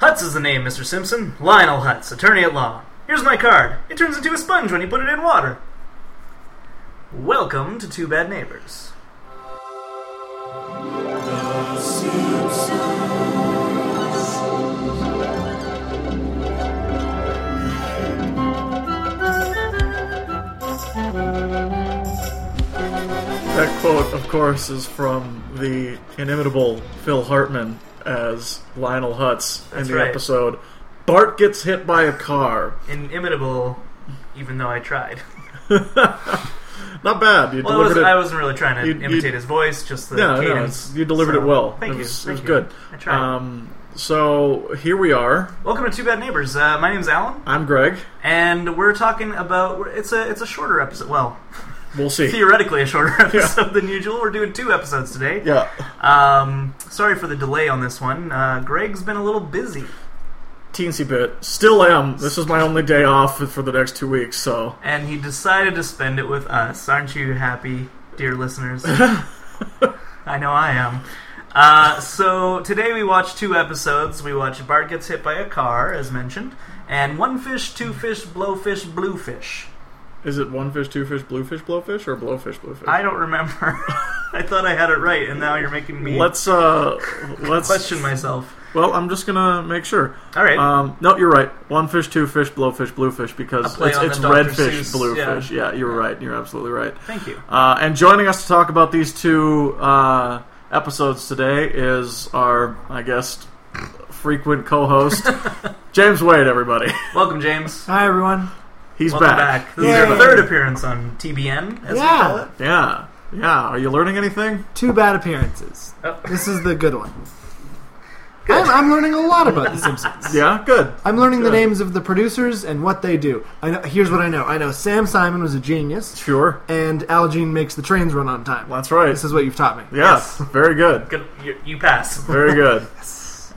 Hutz is the name, Mr. Simpson. Lionel Hutz, attorney at law. Here's my card. It turns into a sponge when you put it in water. Welcome to Two Bad Neighbors. That quote, of course, is from the inimitable Phil Hartman as Lionel Hutz in That's the right. episode Bart gets hit by a car. Inimitable, even though I tried. Not bad. You Well, I, was, delivered it. I wasn't really trying to You- you- imitate his voice, just the yeah, no, cadence. it's, you delivered So, it well. Thank it you. was, it thank was you. good. I tried. Um, so here we are. Welcome to Two Bad Neighbors. Uh, my name's Alan, I'm Greg. and we're talking about it's a it's a shorter episode. Well, We'll see. theoretically a shorter episode than usual. We're doing two episodes today. Yeah. Um, sorry for the delay on this one. Uh, Greg's been a little busy, Teensy bit. Still am. This is my only day off for the next two weeks, so. and he decided to spend it with us. Aren't you happy, dear listeners? I know I am. Uh, so today we watched two episodes. We watched Bart gets hit by a car, as mentioned, and one fish, two fish, blowfish, bluefish. Is it one fish, two fish, blue fish, blowfish, or blowfish, bluefish? I don't remember. I thought I had it right, and now you're making me Let's, uh, let's. question myself. Well, I'm just gonna make sure. All right. Um, no, you're right. One fish, two fish, blowfish, bluefish, because A play it's, on it's the Dr. redfish, Seuss, bluefish. Yeah. you're right. You're absolutely right. Thank you. Uh, and joining us to talk about these two uh, episodes today is our, I guess, frequent co-host, James Wade. Everybody, Welcome, James. Hi everyone. he's Welcome back. back. This is Yay. your third appearance on TBN, as we call it. Yeah, Yeah, yeah. Are you learning anything? two bad appearances. Oh. This is the good one. I'm, I'm learning a lot about The Simpsons. Yeah, good. I'm learning the Good. names of the producers and what they do. I know. Here's what I know. I know Sam Simon was a genius, Sure. and Al Jean makes the trains run on time. That's right. This is what you've taught me. yes, very good. Good, you, you pass. Very good.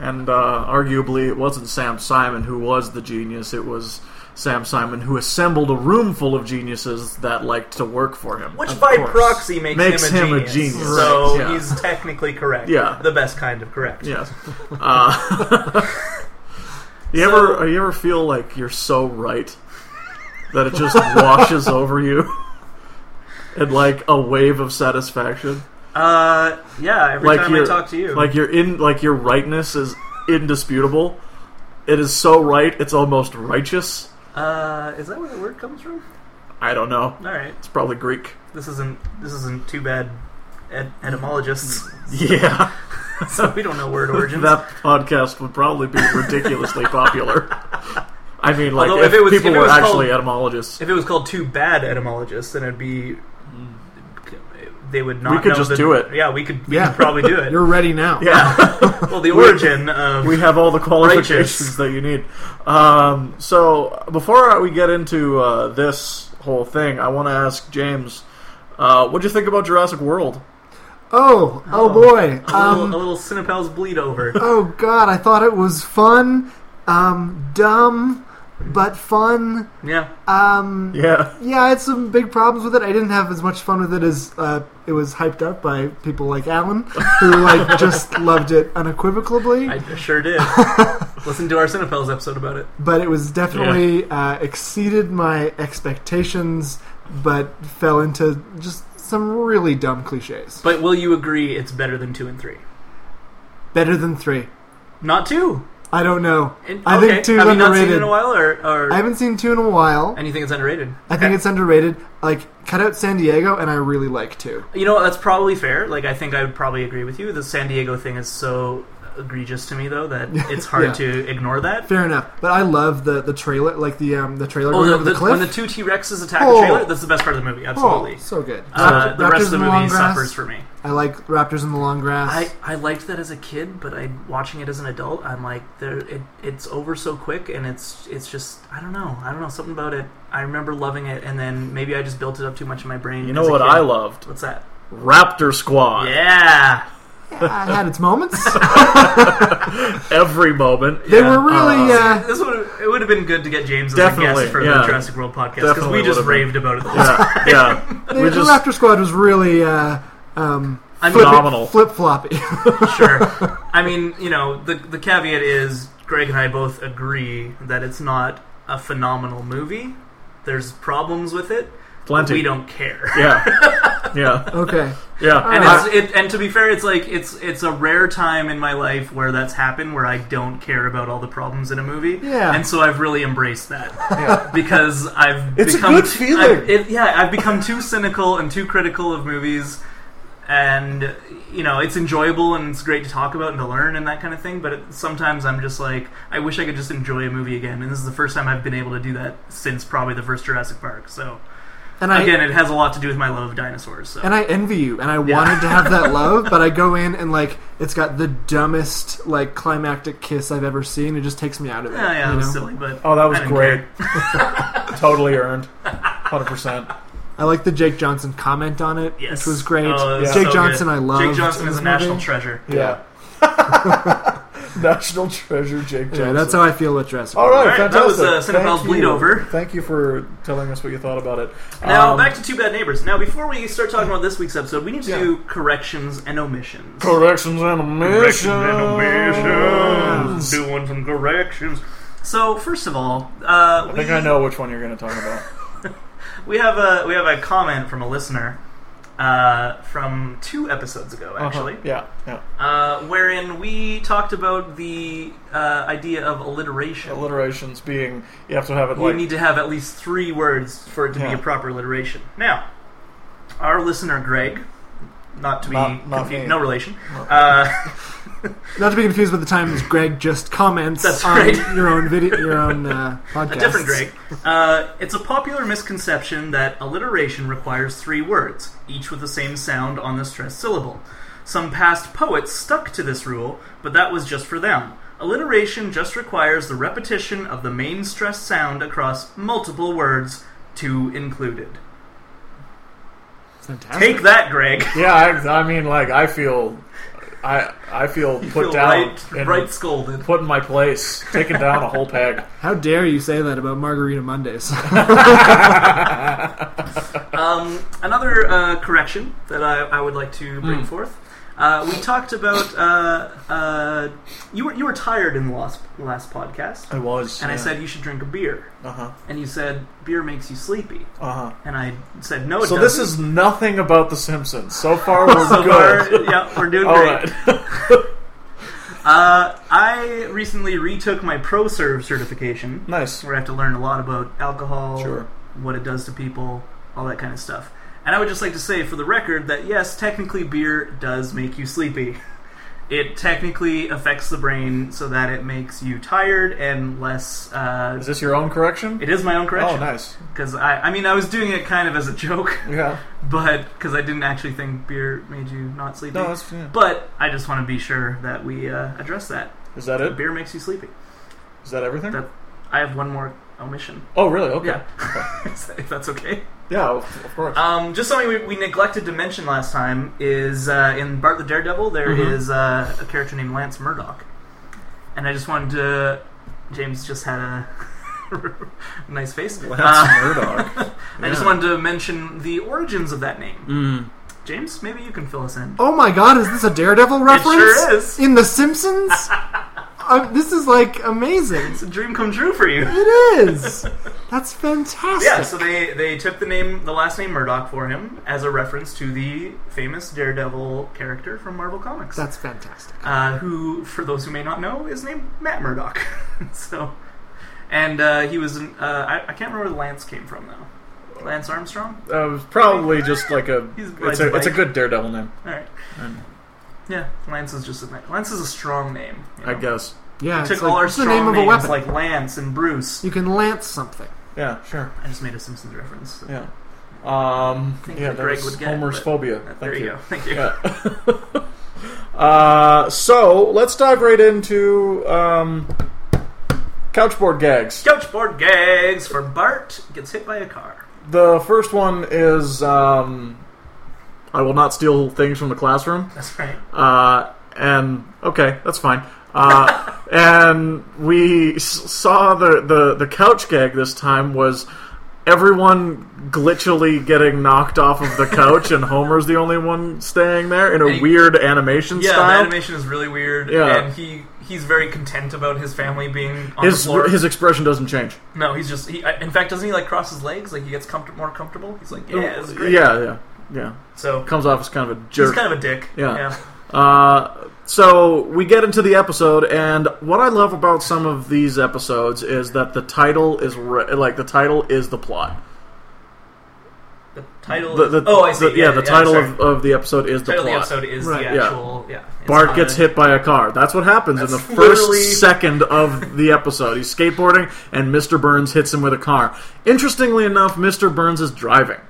And uh, arguably, it wasn't Sam Simon who was the genius. It was Sam Simon who assembled a room full of geniuses that liked to work for him. Uh, Which Of by course. proxy makes, Makes him, a, him a genius. genius. So Right, yeah. he's technically correct. Yeah. The best kind of correct. Yes. Uh, you So- ever uh, you ever feel like you're so right that it just washes over you in like a wave of satisfaction? Uh, yeah, every like time I your- talk to you. like your in like your rightness is indisputable. It is so right, it's almost righteous. uh, is that where the word comes from? I don't know. Alright. It's probably Greek. This isn't this isn't too bad et- etymologists. Yeah, so we don't know word origins. that podcast would probably be ridiculously popular. I mean, like Although if, if it was- people if it were was actually called- etymologists, if it was called too bad etymologists, then it'd be they would not We could know just the- do it. Yeah, we could we Yeah. could probably do it. You're ready now. yeah, well the origin of we have all the qualifications Righteous. that you need. Um, so before we get into uh, this whole thing, I want to ask James, uh, what do you think about Jurassic World? Oh, oh, Oh. boy. a little, Um, a little Cinepals bleed over. oh god, I thought it was fun, um, dumb, but fun. yeah. Um, Yeah, Yeah, I had some big problems with it. I didn't have as much fun with it as uh, it was hyped up by people like Alan, who like just loved it unequivocally. I sure did. Listen to our Cinepals episode about it. But it was definitely uh, exceeded my expectations, but fell into just some really dumb cliches. But will you agree it's better than two and three? Better than three. Not two. I don't know. And- I okay. think two's Have you not seen it underrated. in a while, or, or I haven't seen two in a while. and you think it's underrated? I think it's underrated. Like, cut out San Diego, and I really like two. You know what, that's probably fair. Like I think I would probably agree with you. The San Diego thing is so egregious to me though that it's hard Yeah. to ignore that. Fair enough. But I love the the trailer, like the um the trailer Oh, going the, over the, the- cliff. when the two T Rexes attack Oh. the trailer, that's the best part of the movie. Absolutely. Oh, so good. Uh, Rapt- the rest of the in movie long grass. suffers for me. I like Raptors in the long grass. I, I liked that as a kid, but I watching it as an adult, I'm like, there it, it's over so quick, and it's it's just I don't know, I don't know something about it. I remember loving it, and then maybe I just built it up too much in my brain. you know as a what kid. I loved? What's that? Raptor Squad. Yeah, I had its moments. Every moment. They were really. Uh, Uh, this would it would have been good to get James as a Definitely, guest for yeah. the Jurassic World podcast because Definitely we just would've been. raved about it. The whole time. yeah, yeah. the, we the just- Raptor Squad was really uh, um, I mean, Phenomenal. flip floppy. sure. I mean, you know, the the caveat is Greg and I both agree that it's not a phenomenal movie. There's problems with it. Plenty. We don't care. Yeah. yeah. Okay. Yeah. And, Uh, it's, it, and to be fair, it's like it's it's a rare time in my life where that's happened, where I don't care about all the problems in a movie. Yeah. And so I've really embraced that Yeah. because I've It's a become good t- feeling. I've- it- yeah, I've become too cynical and too critical of movies, and you know it's enjoyable and it's great to talk about and to learn and that kind of thing. But it, sometimes I'm just like, I wish I could just enjoy a movie again. And this is the first time I've been able to do that since probably the first Jurassic Park. So And I again, it has a lot to do with my love of dinosaurs. So. and I envy you, and I wanted to have that love, but I go in and like it's got the dumbest like climactic kiss I've ever seen. It just takes me out of it. yeah, Oh, yeah, it you was know? silly, but Oh, that was I didn't great. care. totally earned. 100%. I like the Jake Johnson comment on it, Yes. which was great. Oh, it was Jake so Johnson, good. I love. Jake Johnson is a national treasure. Yeah. National treasure, Jake Johnson. Yeah, that's how I feel with Jurassic. All Park. right, All right, that was, fantastic. uh, Cinephile's Thank you. Bleed Over. Thank you for telling us what you thought about it. Now Um, back to two bad neighbors. Now before we start talking about this week's episode, we need to Yeah. do corrections and omissions. corrections and omissions. Doing some corrections. So first of all, uh, I we, think I know which one you're going to talk about. we have a we have a comment from a listener uh, from two episodes ago, actually, Uh-huh. yeah, yeah. uh, wherein we talked about the uh, idea of alliteration. Alliterations being you have to have it you like need to have at least three words for it to be Yeah. a proper alliteration. Now, our listener Greg, not to be Not- not confused, me. no relation. No. Uh, Not to be confused with the times Greg just comments That's on right. your own video, your own uh, podcast. a different Greg. Uh, it's a popular misconception that alliteration requires three words, each with the same sound on the stressed syllable. Some past poets stuck to this rule, but that was just for them. Alliteration just requires the repetition of the main stressed sound across multiple words, two included. Fantastic. Take that, Greg. Yeah, I, I mean, like I feel, I I feel put Feel down right, and right scolded. put in my place, taken down a whole peg. How dare you say that about Margarita Mondays? Um, another uh, correction that I, I would like to Hmm. bring forth. Uh, we talked about uh, uh, you were you were tired in the last last podcast, I was, and I said you should drink a beer, uh huh, and you said beer makes you sleepy, uh and I said "Oh, no. huh. It So this doesn't. is nothing about The Simpsons. So far, we're so good. far, yeah, we're doing All great. right. Uh, I recently retook my pro serve certification, nice. where I have to learn a lot about alcohol, Sure. what it does to people, all that kind of stuff. And I would just like to say, for the record, that yes, technically beer does make you sleepy. It technically affects the brain so that it makes you tired and less. Uh, Is this your own correction? it is my own Oh, correction nice. because I, I mean, I was doing it kind of as a joke, Yeah. but because I didn't actually think beer made you not sleepy. No, that's. Yeah. but I just want to be sure that we uh, address that. Is that it? Beer makes you sleepy. Is that everything? That- I have one more omission, oh, really? Okay. Yeah. Okay. if that's okay. Yeah, of of course. Um, just something we, we neglected to mention last time is uh, in Bart the Daredevil there is Mhm. uh, a character named Lance Murdoch, and I just wanted to. James just had a nice face. Lance Uh, Murdoch. I just Yeah. Mm. wanted to mention the origins of that name. James, maybe you can fill us in. oh my god, is this a Daredevil reference? sure is. In The Simpsons? Uh, this is like amazing. It's a dream come true for you. It is. That's fantastic. Yeah, so they, they took the name the last name Murdoch for him as a reference to the famous Daredevil character from Marvel Comics. That's fantastic. uh, who, for those who may not know, is named Matt Murdock. so, and uh, he was, an, uh, I, I can't remember where Lance came from though. Lance Armstrong. Uh, it was probably just like a. He's rides It's a a, it's a bike. good Daredevil name, All right. And- Yeah, Lance is just a ni- Lance is a strong name. you I know. guess. Yeah, I it's took like, all our it's the strong name of a names weapon. like Lance and Bruce. you can lance something. Yeah, sure. I just made a Simpsons reference. so Yeah. Um, Think yeah, that that Greg was would get it, Homer's but- phobia. that- Thank Uh, there you, go. Thank you. Yeah. uh, so let's dive right into um, couchboard gags. Couchboard gags for Bart gets hit by a car. The first one is um, I will not steal things from the classroom. That's right. Uh, and okay, that's fine. Uh, and we s- saw the, the the couch gag this time was everyone glitchily getting knocked off of the couch, and Homer's the only one staying there in a And he- weird animation Yeah, the style. animation is really weird, Yeah. and he he's very content about his family being on His the floor. his expression doesn't change. no, he's just. He, in fact, doesn't he like cross his legs? Like he gets comfort- more comfortable. He's like, yeah, this is great. yeah, yeah, yeah. So Comes off as kind of a he's jerk. kind of a dick. Yeah. yeah. Uh, so we get into the episode, and what I love about some of these episodes is that the title is re- like the title is the plot. The title. The, the, is, oh, I see. the- yeah, the title sorry. of, of the episode is the title of the plot. episode is Right, the yeah. actual. Yeah. it's Bart not gets a- hit by a car. That's what happens in the That's first literally- second of the episode. He's skateboarding, and Mr. Burns hits him with a car. Interestingly enough, Mr. Burns is driving.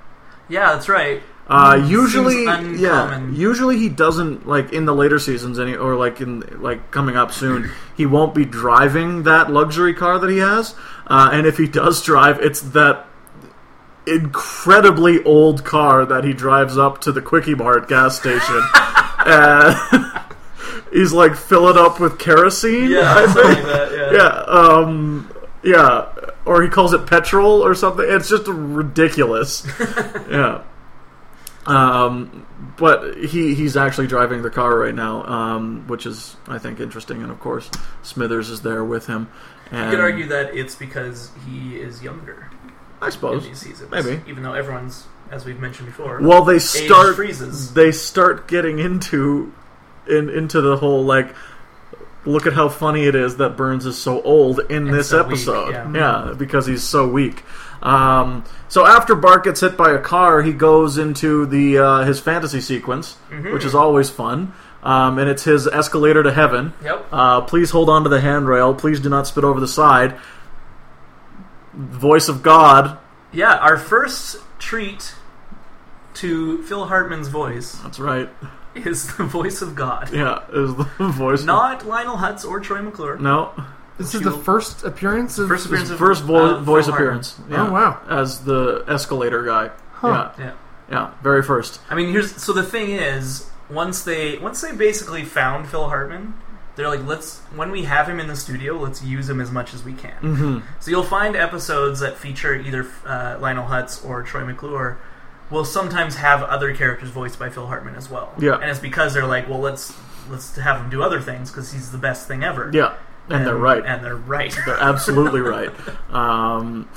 Yeah, that's right. Uh, usually, Seems yeah. uncommon. Usually, he doesn't like in the later seasons, any or like in like coming up soon. He won't be driving that luxury car that he has, uh, and if he does drive, it's that incredibly old car that he drives up to the Quickie Mart gas station. uh, he's like fill it up with kerosene. Yeah, I something think. like that, yeah. yeah, um, yeah, or he calls it petrol or something. It's just ridiculous. yeah. Um, but he he's actually driving the car right now, um, which is I think interesting. And of course, Smithers is there with him. And You could argue that it's because he is younger I in suppose. these seasons. maybe. Even though everyone's, as we've mentioned before, Well, they start freezes. they start getting into in into the whole like. Look at how funny it is that Burns is so old in And this so weak, episode. yeah. Yeah, because he's so weak. Um, so after Bart gets hit by a car, he goes into the uh, his fantasy sequence, Mm-hmm. which is always fun, um, and it's his escalator to heaven. Yep. Uh, please hold on to the handrail. Please do not spit over the side. Voice of God. yeah, our first treat to Phil Hartman's voice That's right. is the voice of God. Yeah, is the voice. of- Not Lionel Hutz or Troy McClure. no. This is the Fuel. first appearance of. First His appearance of first vo- uh, voice Phil Hartman. appearance. Yeah. Oh, wow. As the escalator guy. Huh. Yeah. Yeah. Yeah. Very first. I mean, here's so the thing is once they once they basically found Phil Hartman, they're like, let's when we have him in the studio, let's use him as much as we can. hmm So you'll find episodes that feature either uh, Lionel Hutz or Troy McClure will sometimes have other characters voiced by Phil Hartman as well. Yeah. and it's because they're like, well, let's let's have him do other things because he's the best thing ever. Yeah. And, they're right. And they're right. They're absolutely right. Um,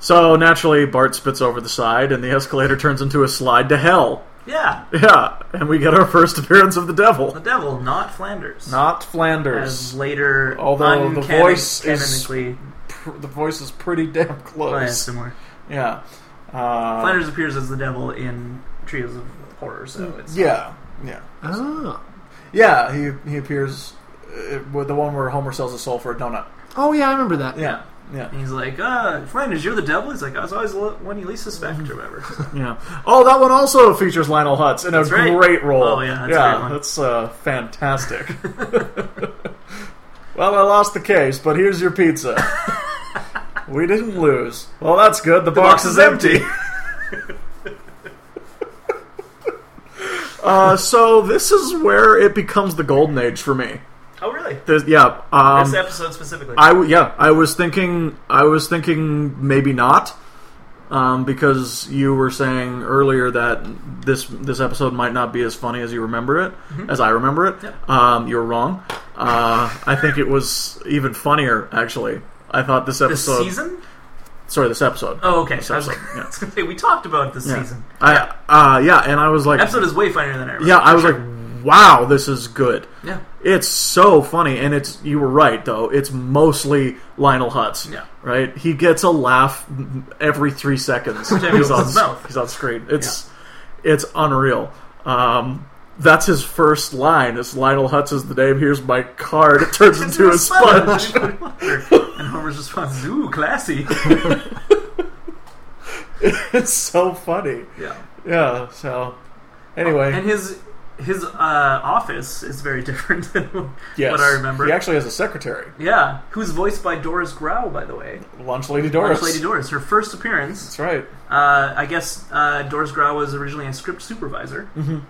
so naturally, Bart spits over the side, and the escalator turns into a slide to hell. yeah, Yeah, and we get our first appearance of the the devil. devil, not Flanders. Not As Flanders. later, Although the uncanon- voice is- canonically Pr- the voice is pretty damn uh, close. similar. Yeah. Uh, Flanders appears as the devil in Trios of Horror, so it's Mm, Yeah. Yeah. Oh. Yeah. He he appears uh, with the one where Homer sells his soul for a donut. oh, yeah, I remember that. Yeah. Yeah. And he's like, uh, Flanders, you're the devil. He's like, I was always the one you least suspect, Mm. or whatever. So, Yeah. Oh, that one also features Lionel Hutz in a That's right. great role. Oh, yeah, that's a great one. that's uh, fantastic. well, I lost the case, but here's your pizza. we didn't lose. Well, that's good. The, box, is empty. uh, so this is where it becomes the golden age for me. oh, really? There's, yeah. Um, this episode specifically. I w- yeah, I was thinking, I was thinking maybe not, um, because you were saying earlier that this this episode might not be as funny as you remember it, Mm-hmm. as I remember it. Yep. Um, you're wrong. Uh, I think it was even funnier actually. I thought this this episode. season? Sorry, this episode. Oh, okay. This I was- episode, yeah. I was gonna say, we talked about this Yeah. season. I uh, yeah, and I was like, Episode is way funnier than I remember. yeah, I was like, wow, this is good. yeah, It's so funny, and it's you were right though. It's mostly Lionel Hutz. Yeah. right. He gets a laugh every three seconds. time he he's on opens his mouth. He's on screen. It's it's unreal. Um, that's his first line. It's Lionel Hutz is the name. Here's my card. It turns into a sponge. and Homer's response, ooh, classy. it's so funny. yeah. Yeah. So anyway, And his his uh, office is very different than yes, what I remember. He actually has a secretary, yeah, who's voiced by Doris Grau, by the way. Lunch Lady Doris. Lady Doris, her first appearance. That's right. Uh, I guess uh, Doris Grau was originally a script supervisor, Mm-hmm.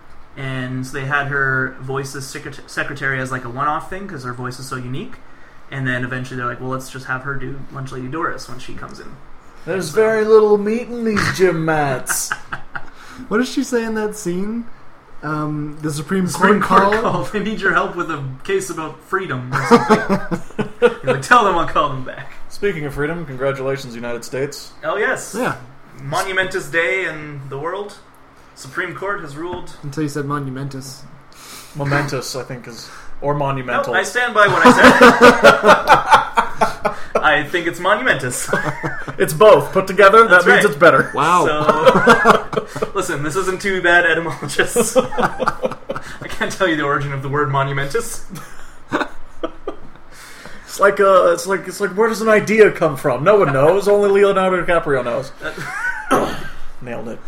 and they had her voice as secret- secretary as like a one-off thing because her voice is so unique. And then eventually they're like, well, let's just have her do Lunch Lady Doris when she comes in. There's very little meat in these gym mats. What does she say in that scene? Um, the Supreme, Supreme Court, Court call. called. They need your help with a case about freedom or something. He's like, tell them I'll call them back. Speaking of freedom, congratulations, United States. Oh, yes. Yeah, Monumentous day in the world. Supreme Court has ruled. until you said monumentous. Momentous, I think, is or No, monumental. I stand by what I said. I think it's monumentous. It's both put together. That's that means right. it's better. Wow. So, listen, this isn't too bad, etymologists. I can't tell you the origin of the word monumentous. It's like uh, it's like it's like where does an idea come from? No one knows. Only Leonardo DiCaprio knows. Nailed it.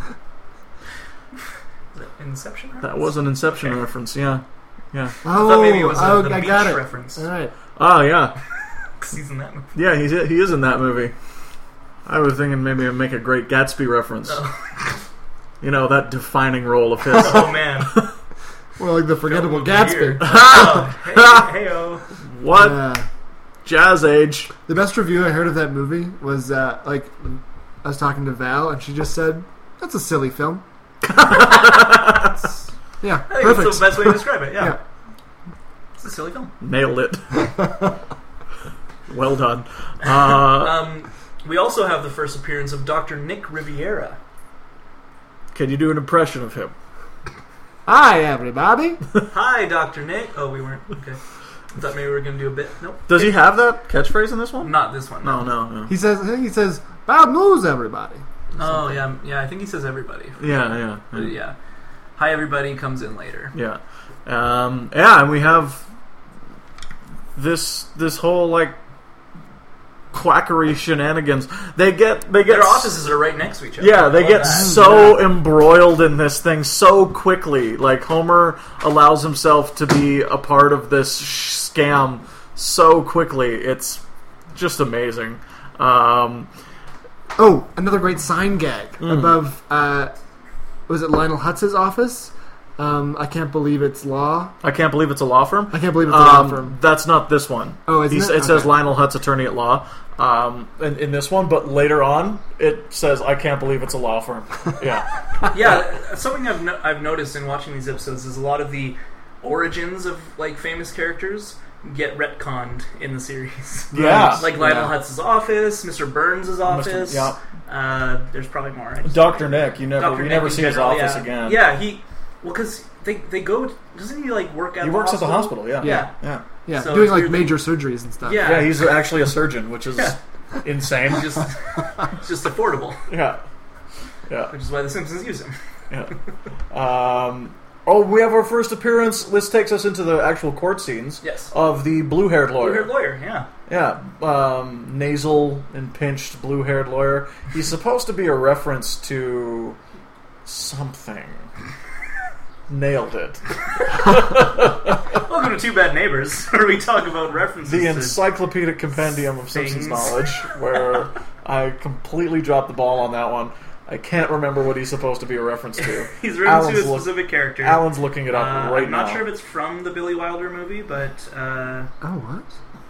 Is it Inception. reference? That was an Inception Okay. reference. Yeah, yeah. I oh, thought maybe it was a, oh, the I beach got it. reference. All right. Ah, yeah, 'Cause he's in that movie. yeah. He's he is in that movie. I was thinking maybe I'd make a great Gatsby reference. You know that defining role of his. Oh man, Well, like the forgettable Gatsby. Oh, hey, hey-o. what Yeah. jazz age? The best review I heard of that movie was uh, like I was talking to Val, and she just said, "That's a silly film." It's- yeah, I think perfect. that's the best way to describe it. Yeah. Yeah. It's a silly film. Nailed it. well done. Uh, Um, we also have the first appearance of Dr. Nick Riviera. can you do an impression of him? Hi, everybody. Hi, Dr. Nick. Oh, we weren't. Okay. I thought maybe we were going to do a bit. Nope. Does he have that catchphrase in this one? Not this one. No, no, no. He says, I think he says, "Bad news, everybody." Oh, yeah. Yeah, I think he says everybody. Yeah, yeah, But yeah. Hi, everybody comes in later. yeah. Um, yeah, and we have this this whole like quackery shenanigans. They get they get Their s- offices are right next to each other. Yeah, they Oh, Love get that. so embroiled in this thing so quickly. Like Homer allows himself to be a part of this sh- scam so quickly. It's just amazing. Um, Oh, another great sign gag Mm. above. Uh, was it Lionel Hutz's office? Um, I can't believe it's law. I can't believe it's a law firm. I can't believe it's a law Um, firm. That's not this one. Oh, isn't He's- it? says Okay. Lionel Hutt's attorney at law um, in, in this one, but later on it says, I can't believe it's a law firm. Yeah. Yeah, something I've, no- I've noticed in watching these episodes is a lot of the origins of like famous characters get retconned in the series. Yeah. like Lionel Yeah. Hutz's office, Mr. Burns' office. yeah. Uh, there's probably more. I just- Dr. Nick, you never, Dr. we Nick never in see his general, office yeah. again. Yeah, he. Well, because they, they go. Doesn't he like work at? He the works at the hospital? hospital, yeah. Yeah. Yeah. Yeah, So doing it's like weird major surgeries and stuff. Yeah. Yeah, he's actually a surgeon, which is Yeah. insane. just it's just affordable, Yeah. Yeah. which is why the Simpsons use him. Yeah. Um, oh, we have our first appearance. This takes us into the actual court scenes Yes. of the blue haired Lawyer, lawyer. lawyer, yeah. Yeah, um, nasal and pinched blue haired lawyer. He's supposed to be a reference to something. Nailed it. Welcome to Two Bad Neighbors, where we talk about references. The to- encyclopedic compendium of Simpsons Things. knowledge, where I completely dropped the ball on that one. I can't remember what he's supposed to be a reference to. he's written Alan's to a look- specific character. Alan's looking it Uh, up right I'm not now. sure if it's from the Billy Wilder movie, but uh, Oh, what?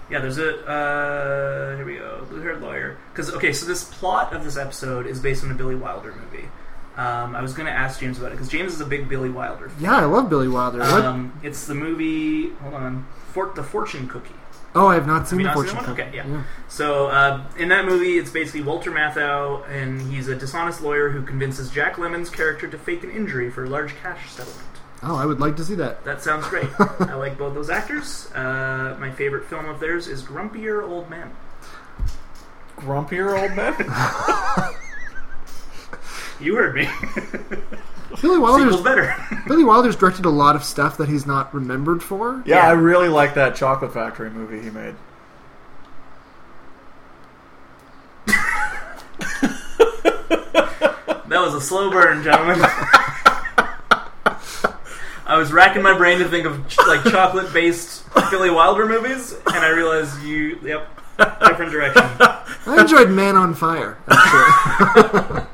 yeah, there's a uh, here we go, blue haired lawyer. Because okay, so this plot of this episode is based on a Billy Wilder movie. Um, I was going to ask James about it because James is a big Billy Wilder. fan. Yeah, I love Billy Wilder. What? Um, it's the movie. Hold on, Fort the Fortune Cookie. oh, I have not seen you the not seen fortune. that one? Cookie. Okay, yeah. So uh, in that movie, it's basically Walter Matthau, and he's a dishonest lawyer who convinces Jack Lemon's character to fake an injury for a large cash settlement. Oh, I would like to see that. That sounds great. I like both those actors. Uh, my favorite film of theirs is Grumpier Old Man. Grumpier old man. You heard me. Billy Sequel's Wilder's better. Billy Wilder's directed a lot of stuff that he's not remembered for. yeah, Yeah. I really like that Chocolate Factory movie he made. that was a slow burn, gentlemen. I was racking my brain to think of ch- like chocolate-based Billy Wilder movies, and I realized you. Yep, different direction. I enjoyed Man on Fire. Actually.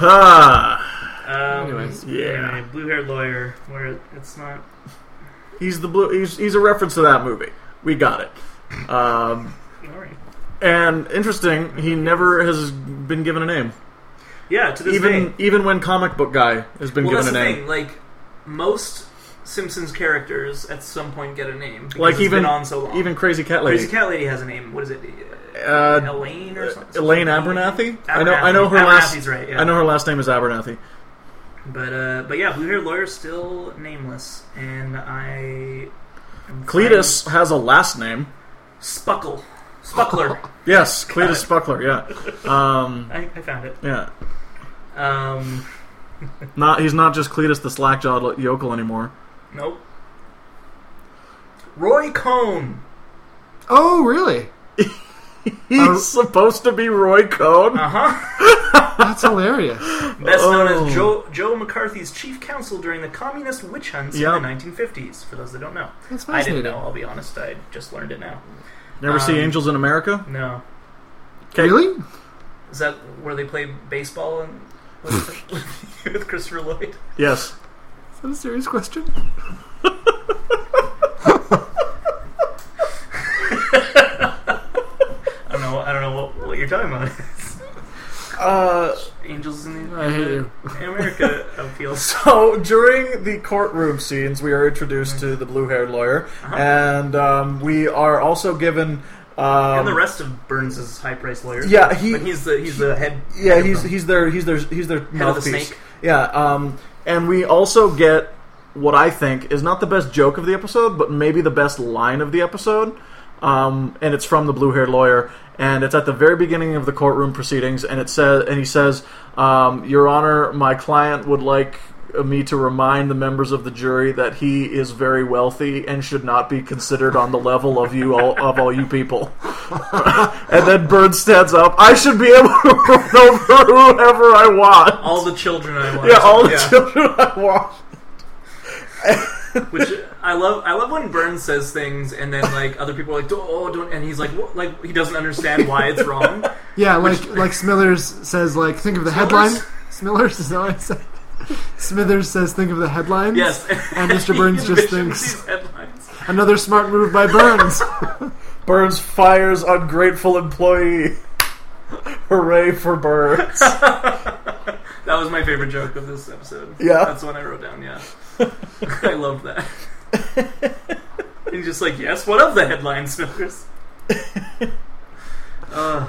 Ha! Um, Anyways, yeah. anyway, blue-haired lawyer. Where it's not. He's the blue. He's, he's a reference to that movie. We got it. Um, All right. and interesting, he never has been given a name. Yeah, to this even day. even when comic book guy has been Well, that's given the a name. thing. Like most Simpsons characters, at some point get a name. Because Like it's even been on so long. even Crazy Cat Lady, Crazy Cat Lady has a name. What is it? Uh, Elaine or something. Elaine Abernathy. I know I know her last. Abernathy's right. Yeah. I know her last name is Abernathy. But uh, but yeah, blue haired lawyer still nameless, and I. am Cletus has a last name. fine. Spuckle. Spuckler. Yes, Cletus Spuckler. Yeah, um, I, I found it. yeah. Um, Not he's not just Cletus the slackjawed yokel anymore. nope. Roy Cohn. Oh, really? He's Uh, supposed to be Roy Cohn. Uh huh. That's hilarious. Best known Oh. as Joe, Joe McCarthy's chief counsel during the communist witch hunts Yep. in the 1950s, for those that don't know. That's I didn't fascinating. know, I'll be honest. I just learned it now. Never see um, Angels in America. No. Really? Is that where they play baseball and with, with Christopher Lloyd? Yes. Is that a serious question? I don't know. I don't know what, what you're talking about. Uh, Angels in the I hate you. in America um, appeals. So during the courtroom scenes, we are introduced to the blue-haired lawyer, Uh-huh. and um, we are also given. Um, and the rest of Burns is high price lawyer. Yeah, he- But he's the he's the head. yeah, he's he's their he's their he's their Head of the mouthpiece. snake. Yeah, um, and we also get what I think is not the best joke of the episode, but maybe the best line of the episode. Um, and it's from the blue-haired lawyer, and it's at the very beginning of the courtroom proceedings, and it says, and he says, um, "Your Honor, my client would like me to remind the members of the jury that he is very wealthy and should not be considered on the level of you all of all you people." and then Bird stands up. I should be able to run over whoever I want. all the children I want. yeah, all the children I want. Which I love. I love when Burns says things, and then like other people are like, "Oh, don't," and he's like, what? like he doesn't understand why it's wrong. Yeah, like like Smithers says, like think of the Smithers? headline. Smithers is that what I said? Smithers says, think of the headlines. Yes, And Mr. Burns He just envisions thinks- these headlines. Another smart move by Burns. Burns fires ungrateful employee. Hooray for Burns. That was my favorite joke of this episode. Yeah. that's one I wrote down. Yeah, I loved that. he's just like, "Yes, what of the headline, Smithers?" uh,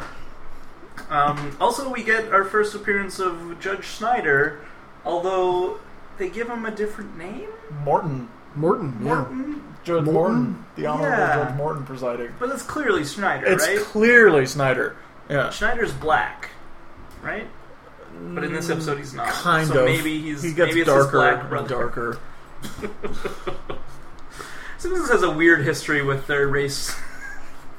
um, also, we get our first appearance of Judge Snyder, although they give him a different name, Morton. Morton. Yeah. Morton, Judge Morton? Morton. The Honorable Yeah. Judge Morton presiding. but it's clearly Snyder, It's right? clearly Snyder. Yeah. Schneider's black, right? But in Mm, this episode, he's not. Kind so of. Maybe he's he gets maybe it's his darker black and brother. darker. Simpsons has a weird history with their race.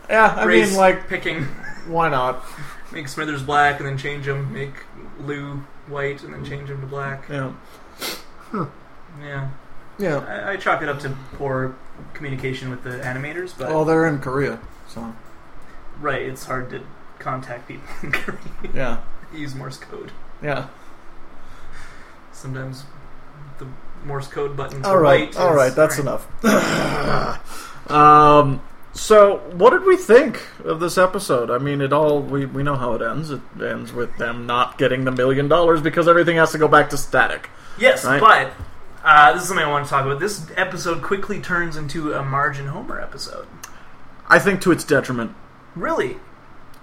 Yeah, I race mean, like, picking, why not? make Smithers black and then change him. Make Lou white and then change him to black. Yeah. Yeah, Yeah. I, I chalk it up to poor communication with the animators, but Well, they're in Korea, so. right, it's hard to contact people in Korea. Yeah. Use Morse code. Yeah. Sometimes the Morse code button. All right, all right, that's enough. um, so, what did we think of this episode? I mean, it all we, we know how it ends. It ends with them not getting the million dollars because everything has to go back to static. Yes, Right. but uh, this is something I want to talk about. This episode quickly turns into a Margin Homer episode. I think to its detriment. Really,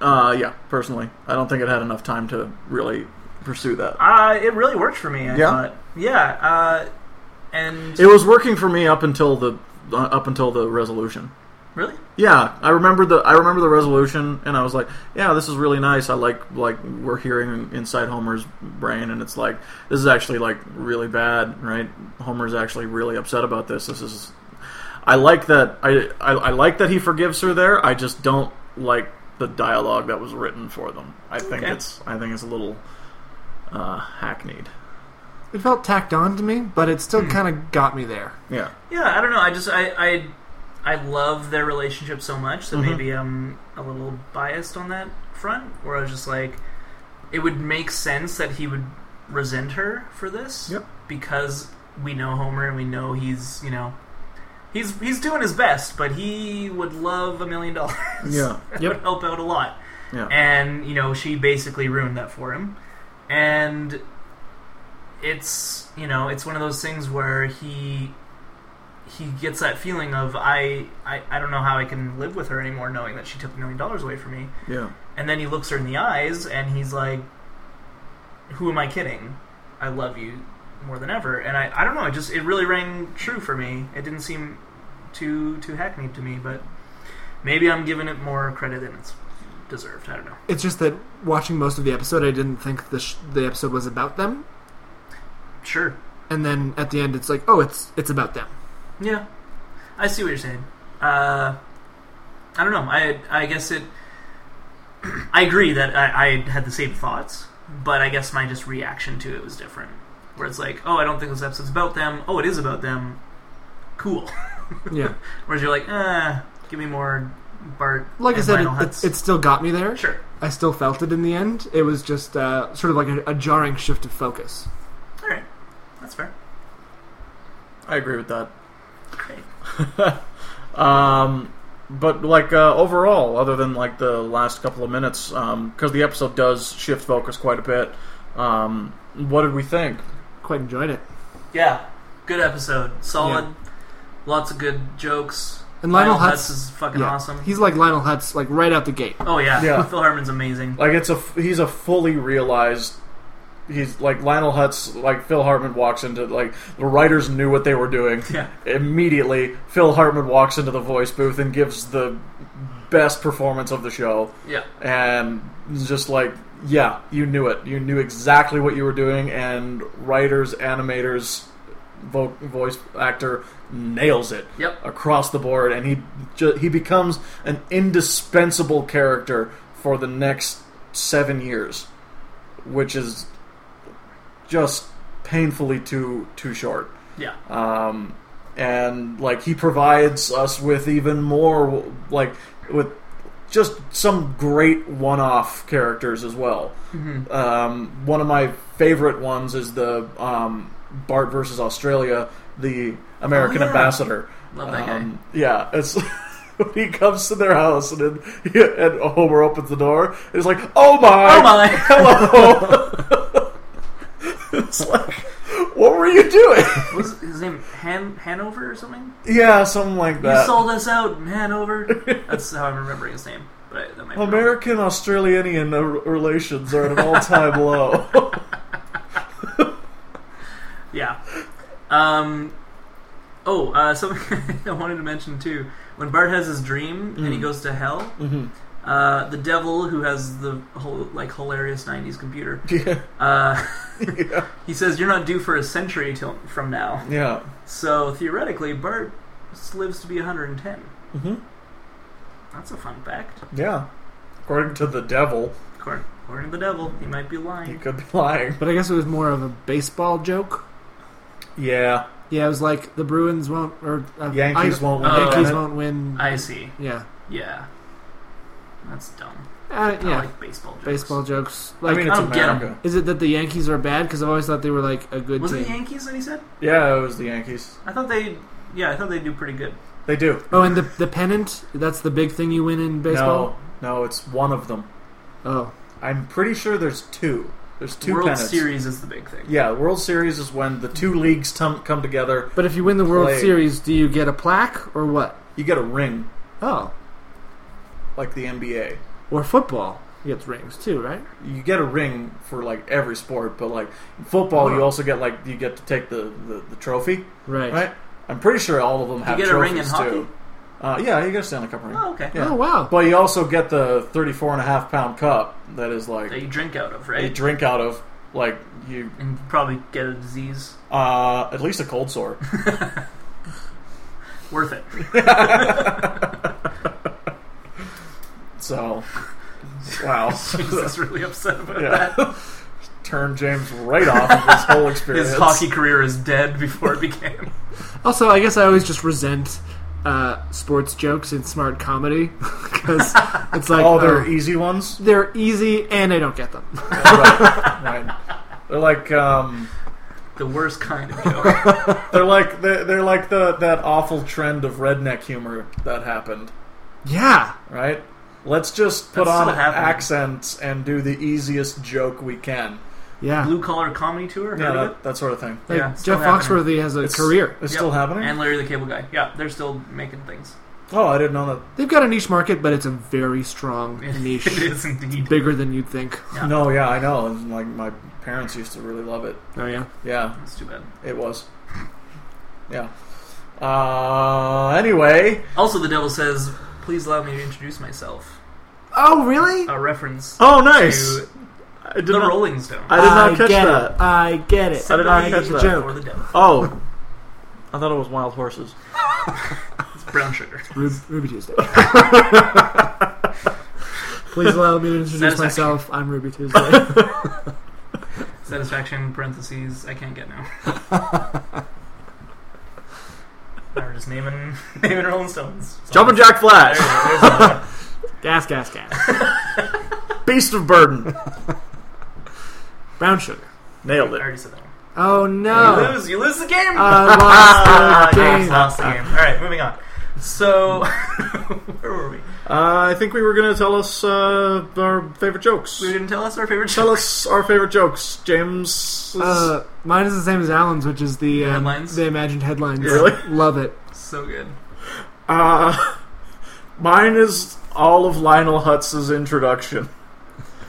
Uh, yeah, personally, I don't think it had enough time to really pursue that. uh, it really worked for me. I Yeah? thought. Yeah. Uh, and It was working for me up until the uh, up until the resolution. really, Yeah, I remember the I remember the resolution, and I was like, "Yeah, this is really nice." I like like we're hearing inside Homer's brain, and it's like this is actually like really bad, right? Homer's actually really upset about this. This is I like that I I, I like that he forgives her there. I just don't like the dialogue that was written for them. I think Okay. it's I think it's a little uh, hackneyed. It felt tacked on to me, but it Hmm. still kind of got me there. Yeah, yeah. I don't know. I just I I, I love their relationship so much Mm-hmm. that maybe I'm a little biased on that front. Where I was just like, it would make sense that he would resent her for this Yep. because we know Homer and we know he's you know. He's, he's doing his best, but he would love a million dollars. yeah, That would yep, help out a lot. yeah. And, you know, she basically ruined that for him. and it's you know it's one of those things where he he gets that feeling of I, I I don't know how I can live with her anymore knowing that she took a million dollars away from me. Yeah. And then he looks her in the eyes and he's like, Who am I kidding? I love you more than ever. And I, I don't know, it just it really rang true for me. It didn't seem too too hackneyed to me, but maybe I'm giving it more credit than it's deserved. I don't know. It's just that watching most of the episode, I didn't think the sh- the episode was about them, Sure. and then at the end, it's like, oh, it's it's about them. Yeah, I see what you're saying. Uh, I don't know. I I guess it. I agree that I, I had the same thoughts, but I guess my just reaction to it was different. Where it's like, oh, I don't think this episode's about them. Oh, it is about them. Cool. Yeah, Whereas you're like, eh, give me more Bart. like I and said, Lionel it, Hutz. it, it still got me there. sure. I still felt it in the end. It was just uh, sort of like a, a jarring shift of focus. All right, that's fair. I agree with that. Great. Um, but like uh, overall, other than like the last couple of minutes, because the episode does shift focus quite a bit. Um, what did we think? Quite enjoyed it. Yeah, good episode. Solid. Lots of good jokes. And Lionel Hutz- is fucking yeah. awesome. He's like Lionel Hutz, like right out the gate. Oh yeah, Yeah. Phil Hartman's amazing. Like it's a he's a fully realized. He's like Lionel Hutz, like Phil Hartman walks into like the writers knew what they were doing Yeah. immediately. Phil Hartman walks into the voice booth and gives the best performance of the show. Yeah, and just like yeah you knew it you knew exactly what you were doing and writers animators vo- voice actor nails it Yep. across the board and he ju- he becomes an indispensable character for the next 7 years which is just painfully too too short yeah, um, and like he provides us with even more like with just some great one-off characters as well Mm-hmm. um, one of my favorite ones is the um, bart versus australia the american Oh, yeah. ambassador Love that guy. um, yeah it's when he comes to their house and, then he, and homer opens the door and he's like oh my Oh my. hello it's like what were you doing What was his name Han- Hanover or something? Yeah, something like You that. sold us out, in Hanover. That's how I'm remembering his name. But I, that might be wrong. American Australian uh, relations are at an all time low. Yeah. Um. Oh, uh, something I wanted to mention too. When Bart has his dream and Mm. he goes to hell, uh, the devil who has the whole like hilarious '90s computer, yeah, uh, yeah, he says, "You're not due for a century till from now." yeah. So theoretically, Bart lives to be 110. Mhm. That's a fun fact. yeah. According to the devil, According, according to the devil, he might be he lying. could be lying. But I guess it was more of a baseball joke. Yeah, Yeah, it was like the Bruins won't or uh, Yankees I- won't win. Oh. Yankees it. won't win. I see. yeah, Yeah. That's dumb. uh, I yeah. like baseball jokes. baseball jokes. I Like, mean, it's I don't get 'em. America. is it that the Yankees are bad? Because I've always thought they were like a good Was it team. the Yankees that he said? Yeah, it was the Yankees. I thought they. Yeah, I thought they do pretty good. They do. oh, and the the pennant. That's the big thing you win in baseball. No, no, it's one of them. Oh, I'm pretty sure there's two. There's two World pennants. Series is the big thing. Yeah, World Series is when the two leagues tum- come together. but if you win the World Play. Series, do you get a plaque or what? You get a ring, Oh, like the NBA. or football gets rings too, right? you get a ring for like every sport, but like in football, you also get like you get to take the, the, the trophy, Right. right? I'm pretty sure all of them have get a ring in trophies hockey? too. Uh, yeah, you get a Stanley Cup ring. Oh, okay. Yeah. Oh wow. But you also get the 34 and a half pound cup that is That like you drink out of, you right? drink out of, like you And probably get a disease. uh, at least a cold sore. Worth it. so, wow, Jesus really upset about Yeah. that. turn James right off of this whole experience. His hockey career is dead before it became. Also, I guess I always just resent uh, sports jokes in smart comedy because it's like Oh, they're oh, easy ones. they're easy and I don't get them. right, right. They're like um, the worst kind of joke. They're like they're, they're like the that awful trend of redneck humor that happened, Yeah. right? Let's just put That's on still happening. accents and do the easiest joke we can. Yeah. Blue Collar Comedy Tour. Yeah, heard of it? that, that sort of thing. Like, Yeah, still Jeff happening. Foxworthy has a It's- career. It's Yep. still happening. And Larry the Cable Guy. Yeah, they're still making things. oh, I didn't know that. They've got a niche market, but it's a very strong niche. it is indeed. Bigger than you'd think. Yeah. No, yeah, I know. And, like my parents used to really love it. Oh yeah. Yeah, It's too bad. it was. Yeah. Uh, anyway, Also, the devil says, "Please allow me to introduce myself." Oh really? A reference oh nice. to I did the not- Rolling Stone. I did not catch get that. It. I get it. I did not catch get the For that. joke. the devil. Oh, I thought it was wild horses. It's brown sugar. Rub- Ruby Tuesday. Please allow me to introduce Satisfaction. myself. I'm Ruby Tuesday. Satisfaction parentheses. I can't get now. now we're just naming naming Rolling Stones. Jumping Jack There Flash, you go, there's another gas, gas, gas. Beast of Burden, Brown sugar. nailed one. I it. already said that one. Oh You no. lose. You lose the game. I Uh, Ah, lost the yes, game. lost the game. All right, moving on. So, where were we? Uh, I think we were gonna tell us uh, our favorite jokes. We were gonna tell us our favorite Tell show. us our favorite jokes, James. Uh, mine is the same as Alan's, which is the um, Headlines? The imagined headlines. Really? Love it. So good. Uh, mine is all of Lionel Hutz's introduction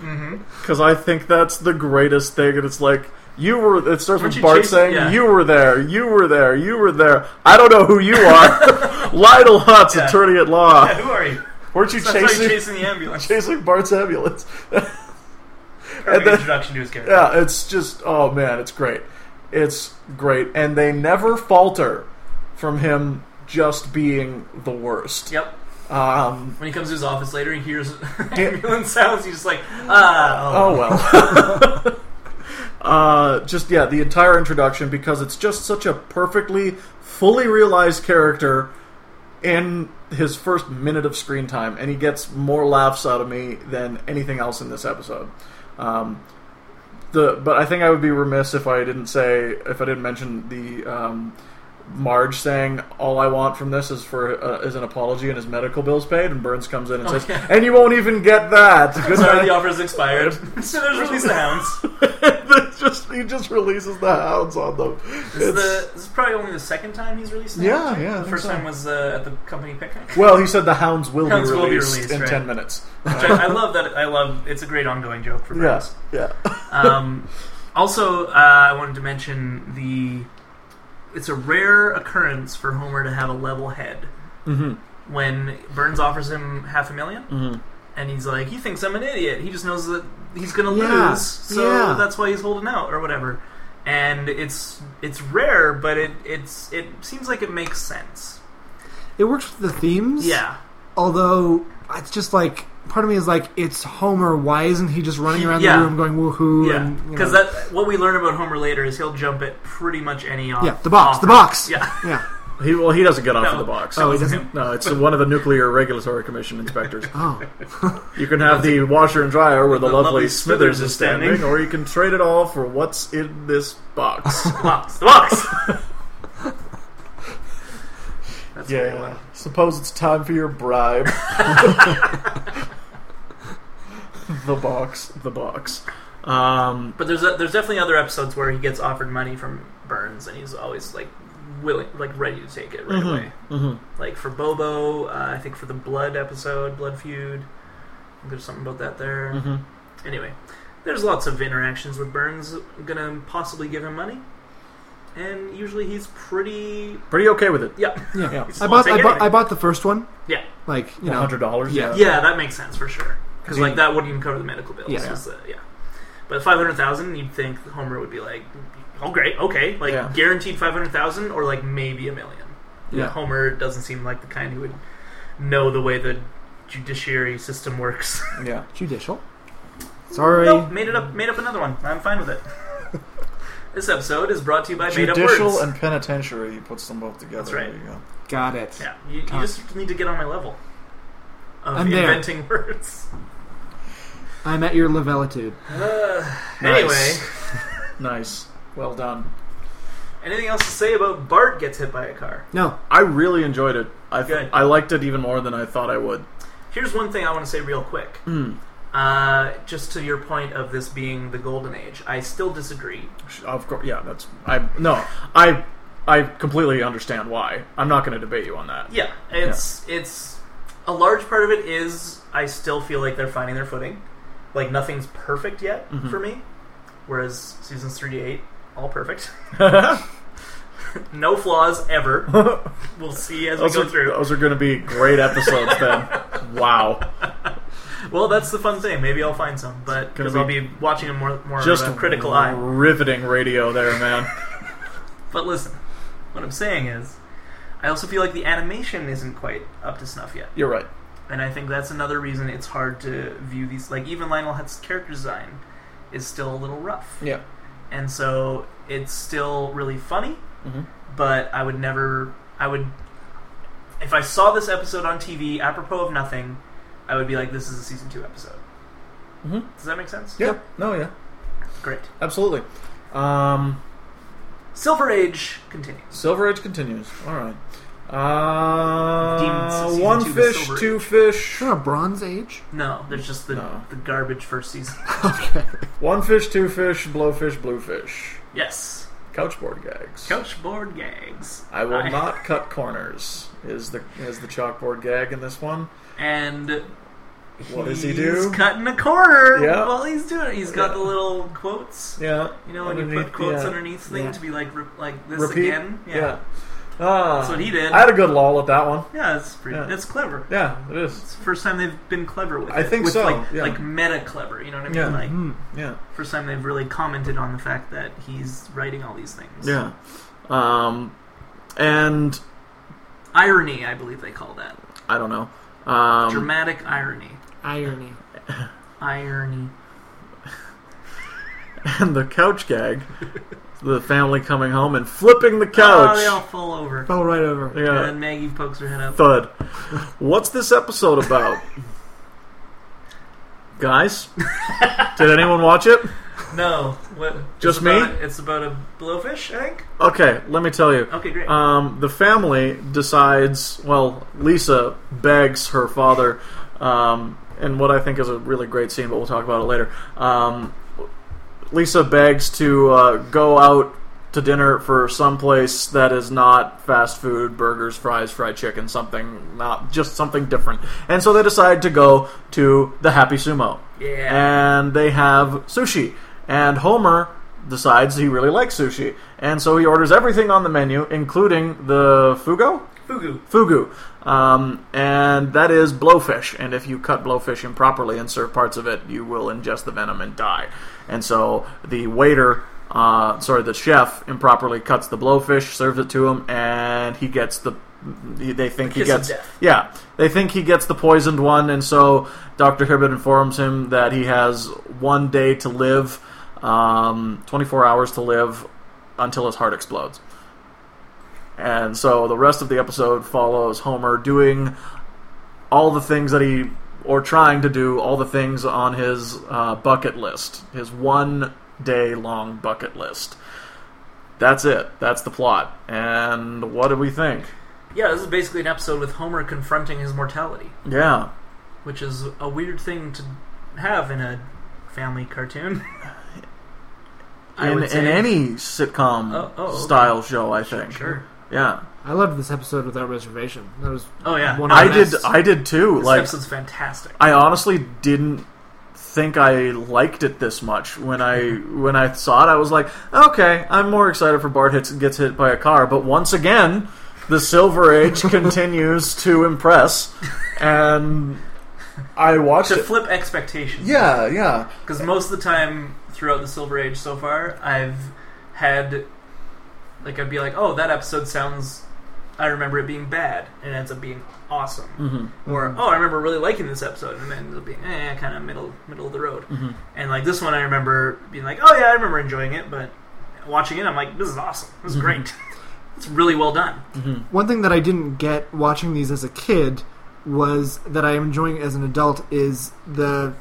Mm-hmm. because I think that's the greatest thing, and it's like you were. It starts Weren't with you Bart chasing- saying, yeah. "You were there, you were there, you were there." I don't know who you are, Lionel Hutz, Yeah. attorney at law. Yeah, who are you? Weren't you That's how you're chasing chasing the ambulance. chasing Bart's ambulance? Perfect then- introduction to his character. yeah, it's just oh man, it's great, it's great, and they never falter from him just being the worst. Yep. Um, When he comes to his office later, he hears ambulance sounds. He's just like, ah, Oh well. uh, just yeah, the entire introduction because it's just such a perfectly fully realized character in his first minute of screen time, and he gets more laughs out of me than anything else in this episode. Um, the but I think I would be remiss if I didn't say if I didn't mention the. Um, Marge saying, "All I want from this is for uh, is an apology and his medical bills paid." And Burns comes in and Oh, says, yeah. "And you won't even get that." Good sorry, night." the offer's expired. so there's release the hounds. They just he just releases the hounds on them. This is, It's- the, this is probably only the second time he's released. The Yeah, hounds, right? yeah, I The think first so. time was uh, at the company picnic. well, he said the hounds will, Hounds be, will be released released, in right. ten minutes. Which I, I love that. I love. It's a great ongoing joke for Yeah, Burns. yeah. Um, also, uh, I wanted to mention the. It's a rare occurrence for Homer to have a level head Mm-hmm. when Burns offers him half a million, Mm-hmm. and he's like, "He thinks I'm an idiot. He just knows that he's gonna Yeah, lose, so yeah. that's why he's holding out or whatever." And it's it's rare, but it it's it seems like it makes sense. It works with the themes. Yeah, Although it's just like part of me is like, it's Homer. Why isn't he just running around Yeah. the room going woohoo? yeah. and, you Because know. that what we learn about Homer later is he'll jump at pretty much any off. yeah, the box, offer. the box. Oh. Yeah. yeah. He well, he doesn't get off No. of the box. Oh, he That was doesn't? him. No, it's one of the nuclear regulatory commission inspectors. Oh, You can have the washer and dryer where the, The lovely, lovely Smithers, Smithers is is standing, standing. or you can trade it all for what's in this box. The box. The box. That's a great one. Suppose it's time for your bribe. the box. The box. Um, But there's there's definitely other episodes where he gets offered money from Burns, and he's always like willing, like ready to take it right away. hmm Like for Bobo, uh, I think for the Blood episode, Blood Feud, I think there's something about that there. hmm Anyway, there's lots of interactions with Burns. Gonna possibly give him money, and usually he's pretty. Pretty okay with it. Yeah, yeah. Yeah. He's I bought, won't I take bought, anything. I bought the first one. Yeah. Like you know, hundred dollars. Yeah. yeah, that makes sense for sure. Because Yeah. like that wouldn't even cover the medical bills. Yeah. 'cause, uh, yeah. But five hundred thousand, you'd think Homer would be like, "Oh, great, okay, like Yeah. guaranteed five hundred thousand, or like maybe a million. Yeah. Homer doesn't seem like the kind who would know the way the judiciary system works. Yeah. judicial. Sorry. nope, made it up. Made up another one. I'm fine with it. this episode is brought to you by Made Up Judicial Words. and penitentiary he puts them both together. That's right. There you go. Got it. yeah, you, you just need to get on my level of I'm there. inventing words. I'm at your levelitude. Uh, Nice. Anyway. Nice. Well done. Anything else to say about Bart gets hit by a car? No, I really enjoyed it. I Good. I liked it even more than I thought I would. Here's one thing I want to say real quick. Mm. Uh, just to your point of this being the golden age, I still disagree. Of course, yeah. That's I no. I I completely understand why. I'm not going to debate you on that. Yeah, it's it's a large part of it is I still feel like they're finding their footing. Like nothing's perfect yet Mhm. for me, whereas seasons three to eight all perfect, no flaws ever. those, We'll see as we go are, through. those are going to be great episodes then. wow. Well, that's the fun thing. Maybe I'll find some, but Gonna because I'll be be watching them more more Just of a critical eye. Riveting radio there, man. But listen, what I'm saying is, I also feel like the animation isn't quite up to snuff yet. You're right. And I think that's another reason it's hard to view these. Like, even Lionel Hutz character design is still a little rough. Yeah. And so it's still really funny, hmm but I would never. I would. If I saw this episode on TV apropos of nothing, I would be like, this is a season two episode. hmm Does that make sense? Yeah. No. Yeah. Great. Absolutely. Um, Silver Age continues. Silver Age continues. All right. Uh, Deemed season one two the fish, Silver two fish. Sure, Bronze Age. No, there's just the, No. the garbage first season. One fish, two fish, blowfish, bluefish. yes. Couch board gags. Couch board gags. I will not cut corners. Is the is the chalkboard gag in this one? And What does he he's do? Cutting a corner Yeah. while he's doing it. He's got Yeah. the little quotes. Yeah. You know, when you put Underneath quotes the, uh, underneath things yeah. to be like, re- like this Repeat? again. Yeah. Yeah. Ah, That's what he did. I had a good lol at that one. Yeah, it's pretty. Yeah. It's clever. Yeah, it is. It's the first time they've been clever with I it. think with so, Like, yeah. like meta clever. You know what I mean? Yeah. Mm-hmm. Like Hmm. Yeah. first time they've really commented on the fact that he's writing all these things. Yeah. Um, and Irony, I believe they call that. I don't know. Um, Dramatic irony. Irony. Irony. and the couch gag, the family coming home and flipping the couch. Oh, they all fall over. Fell right over. yeah. And Maggie pokes her head up. Thud. What's this episode about? Guys, did anyone watch it? No, what? Just it's about- me? it's about a blowfish, I think. Okay, let me tell you. Okay, great. Um, the family decides, well, Lisa begs her father, um, and what I think is a really great scene, but we'll talk about it later. Um, Lisa begs to uh, go out to dinner for someplace that is not fast food, burgers, fries, fried chicken, something not just something different. And so they decide to go to the Happy Sumo. yeah, And they have sushi. And Homer decides he really likes sushi. And so he orders everything on the menu, including the fugo? fugu. Fugu. Um, and that is blowfish. And if you cut blowfish improperly and serve parts of it, you will ingest the venom and die. And so the waiter, uh, sorry, the chef improperly cuts the blowfish, serves it to him, and he gets the. They think he kiss of gets. death. Yeah, they think he gets the poisoned one, and so Dr. Hibbert informs him that he has one day to live, um, 24 hours to live until his heart explodes. And so the rest of the episode follows Homer doing all the things that he, or trying to do all the things on his uh, bucket list, his one day long bucket list. That's it. That's the plot. And what do we think? Yeah, this is basically an episode with Homer confronting his mortality, Yeah. which is a weird thing to have in a family cartoon. I in, would in say. any sitcom Oh, oh, okay. style show, I think. Sure. Yeah, I loved this episode without reservation. That was Oh yeah, One No, of I the did. that's- I did too. This Like, episode's fantastic. I honestly didn't think I liked it this much when I when I saw it. I was like, okay, I'm more excited for Bart hits gets hit by a car. But once again, the Silver Age continues to impress, and I watched to it. flip expectations. Yeah, yeah, because most of the time throughout the Silver Age so far, I've had like I'd be like, oh, that episode sounds. I remember it being bad, and it ends up being awesome. hmm Or oh, I remember really liking this episode, and then it'll be eh, kind of middle middle of the road. Mhm. And like this one, I remember being like, oh yeah, I remember enjoying it, but watching it, I'm like, this is awesome. This is Mhm. great. it's really well done. hmm one thing that I didn't get watching these as a kid was that I am enjoying as an adult is the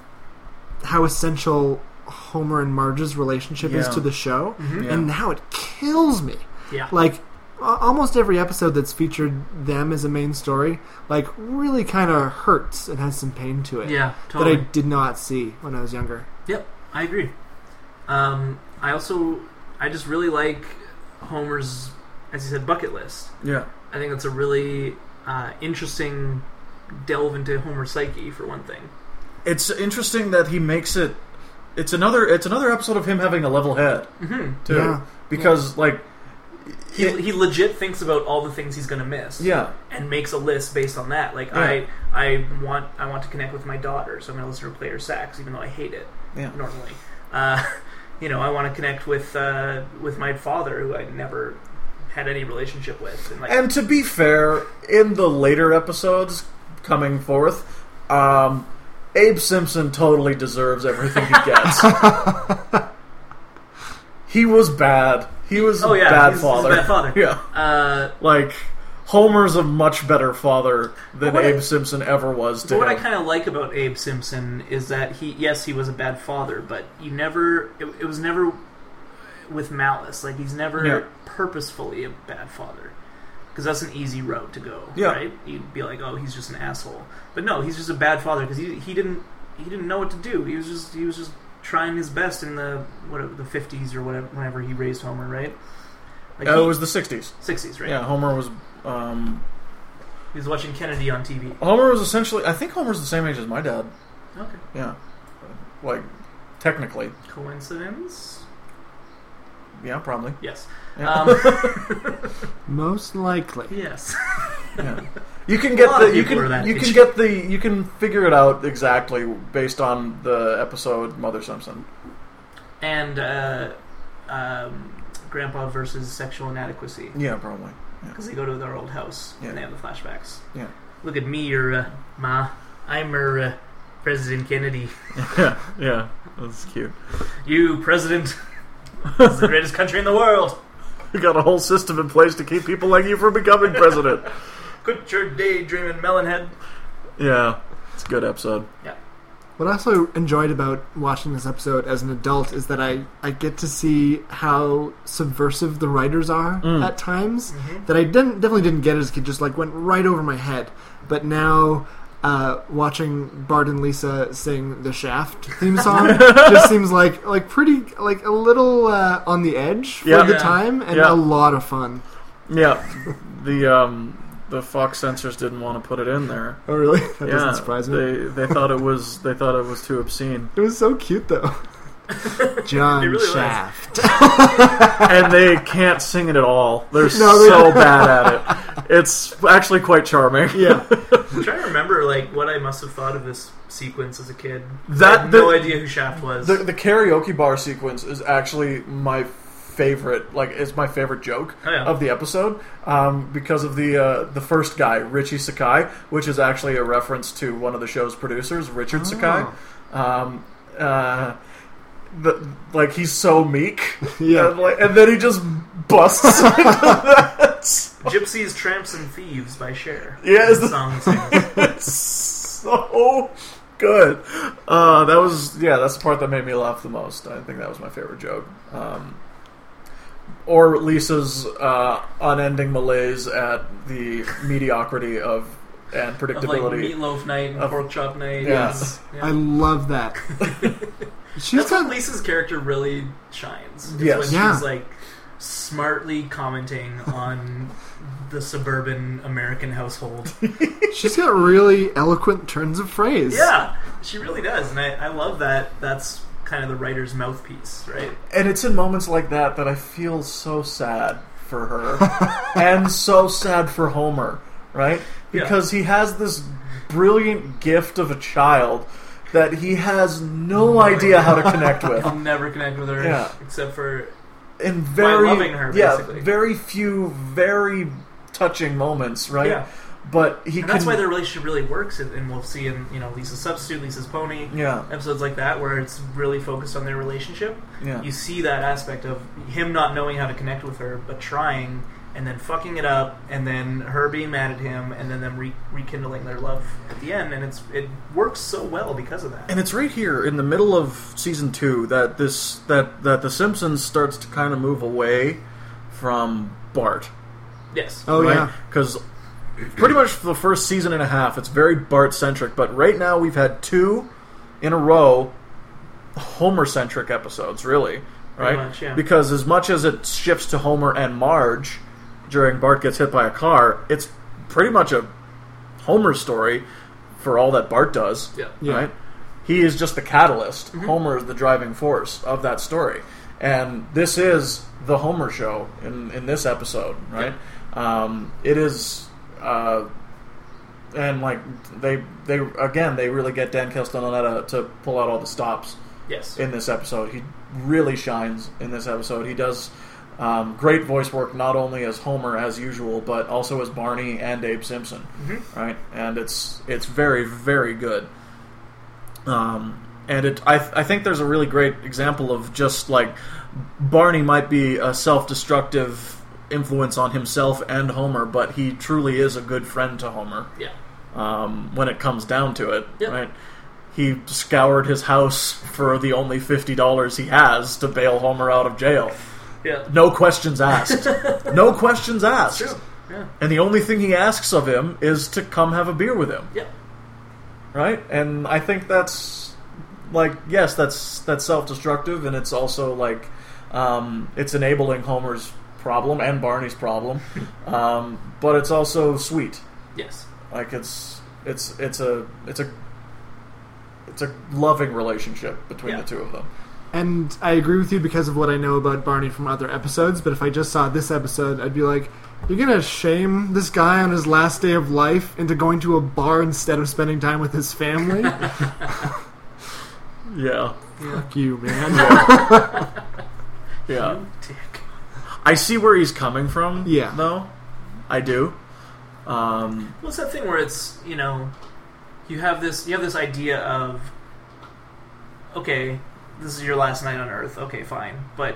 how essential Homer and Marge's relationship is Yeah. to the show, Mhm. Yeah. and how it kills me. Yeah. Like a- almost every episode that's featured them as a main story, like really kind of hurts and has some pain to it Yeah, that totally. I did not see when I was younger. Yep, I agree. Um, I also, I just really like Homer's, as you said, bucket list. Yeah. I think that's a really uh, interesting delve into Homer's psyche for one thing. It's interesting that he makes it. It's another. It's another episode of him having a level head hmm too, Yeah. because like, He, Mm-hmm. it- he legit thinks about all the things he's gonna miss, yeah, and makes a list based on that. Like Yeah. I, I want, I want to connect with my daughter, so I'm gonna listen to her play her sax, even though I hate it yeah, normally. Uh, you know, I want to connect with uh, with my father, who I never had any relationship with, and like And to be fair, in the later episodes coming forth, um, Abe Simpson totally deserves everything he gets. he was bad. He was Oh, yeah, a bad he's- he's a father. bad father. Yeah. Uh, Like Homer's a much better father than What I- Abe Simpson ever was to but what I him. kind of like about Abe Simpson is that he, yes, he was a bad father, but you never, it, it was never with malice. Like he's never Yeah. purposefully a bad father, because that's an easy road to go. Yeah. Right? You'd be like, oh, he's just an asshole. But no, he's just a bad father because he he didn't he didn't know what to do. He was just he was just trying his best in the whatever the fifties or whatever whenever he raised Homer, right? Like Uh, he- it was the '60s. 60s, right? Yeah, Homer was. Um, He was watching Kennedy on TV. Homer was essentially. I think Homer's the same age as my dad. Okay. Yeah, like technically. Coincidence? Yeah, probably. Yes. Yeah. Um, Most likely. Yes. Yeah. You can A get lot the of you people are can that you can age. get the you can figure it out exactly based on the episode Mother Simpson. and uh, um, Grandpa versus sexual inadequacy Yeah, probably. because they go to their old house Yeah. and they have the flashbacks. Yeah. Look at me, your uh, ma. I'm her uh, President Kennedy. Yeah, yeah, that's cute. You, President. this is the greatest country in the world. We got a whole system in place to keep people like you from becoming president. Quit your daydreaming, melonhead. yeah, it's a good episode. What I also enjoyed about watching this episode as an adult is that I, I get to see how subversive the writers are Mm. at times. Mhm. that I didn't definitely didn't get as a kid. Just like went right over my head. But now, uh, watching Bart and Lisa sing the Shaft theme song just seems like like pretty like a little uh, on the edge for Yeah. the Yeah. time and Yeah. a lot of fun. Yeah, the um the Fox censors didn't want to put it in there. Oh really? That yeah, doesn't surprise me. They they thought it was they thought it was too obscene, It was so cute though. John It really was. Shaft. and they can't sing it at all. They're No, they- so bad at it. It's actually quite charming. Yeah. I'm trying to remember like what I must have thought of this sequence as a kid. That- I had no the- idea who Shaft was. The, the karaoke bar sequence is actually my favorite. Like, it's my favorite joke Oh, yeah. of the episode um, because of the uh, the first guy, Richie Sakai, which is actually a reference to one of the show's producers, Richard Sakai. Um, uh, the, like he's so meek, Yeah. and, like, and then he just busts into that. Gypsies, Tramps, and Thieves by Cher. Yes. The song sings. It's so good. Uh, that was yeah, that's the part that made me laugh the most. I think that was my favorite joke. Um, or Lisa's uh, unending malaise at the mediocrity of and of like predictability. Meatloaf Night and Of- Pork Chop Night. Yeah. and- yeah. I love that. She's That's when got Lisa's character really shines. Is Yes. when Yeah. she's like smartly commenting on the suburban American household. she's got really eloquent turns of phrase. yeah, she really does, and I, I love that. That's kind of the writer's mouthpiece, right? and it's in moments like that that I feel so sad for her and so sad for Homer, right? Yeah. Because he has this brilliant gift of a child that he has no idea how to connect with. I'll never connect with her Yeah. except for in very loving her, yeah, basically. very few, very touching moments, right? yeah. But he And can, that's why their relationship really works, and, and we'll see in you know Lisa's substitute, Lisa's pony. yeah, Episodes like that where it's really focused on their relationship. yeah, You see that aspect of him not knowing how to connect with her, but trying, and then fucking it up, and then her being mad at him, and then them re- rekindling their love at the end, and it's it works so well because of that. and it's right here in the middle of season two that this that that the Simpsons starts to kind of move away from Bart Yes. Oh yeah. Because pretty much for the first season and a half, it's very Bart centric. But right now, we've had two in a row Homer centric episodes, really. Pretty Right? much, yeah. Because as much as it shifts to Homer and Marge during Bart gets hit by a car, it's pretty much a Homer story for all that Bart does. Yeah. Yeah. Right? He is just the catalyst. Homer is the driving force of that story. And this is the Homer show in, in this episode, right? Um, it is uh, and like they they again they really get Dan Castellaneta uh, to pull out all the stops Yes. in this episode. He really shines in this episode. He does um, great voice work not only as Homer as usual, but also as Barney and Abe Simpson. Right, and it's it's very very good. Um, and it I I think there's a really great example of just like Barney might be a self destructive influence on himself and Homer, but he truly is a good friend to Homer yeah. um, when it comes down to it, Yep. right? He scoured his house for the only fifty dollars he has to bail Homer out of jail. Yeah. No questions asked. no questions asked. True. Yeah. And the only thing he asks of him is to come have a beer with him, Yeah. right? And I think that's like yes, that's that's self-destructive, and it's also like um, it's enabling Homer's problem and Barney's problem, um, but it's also sweet. Yes. Like it's it's it's a it's a it's a loving relationship between Yeah. the two of them. And I agree with you because of what I know about Barney from other episodes, but if I just saw this episode, I'd be like, you're gonna shame this guy on his last day of life into going to a bar instead of spending time with his family? Yeah. Fuck you, man. Yeah. Dick. I see where he's coming from. Yeah. Though. I do. Um Well, it's that thing where it's you know, you have this you have this idea of, okay, this is your last night on Earth. Okay, fine, but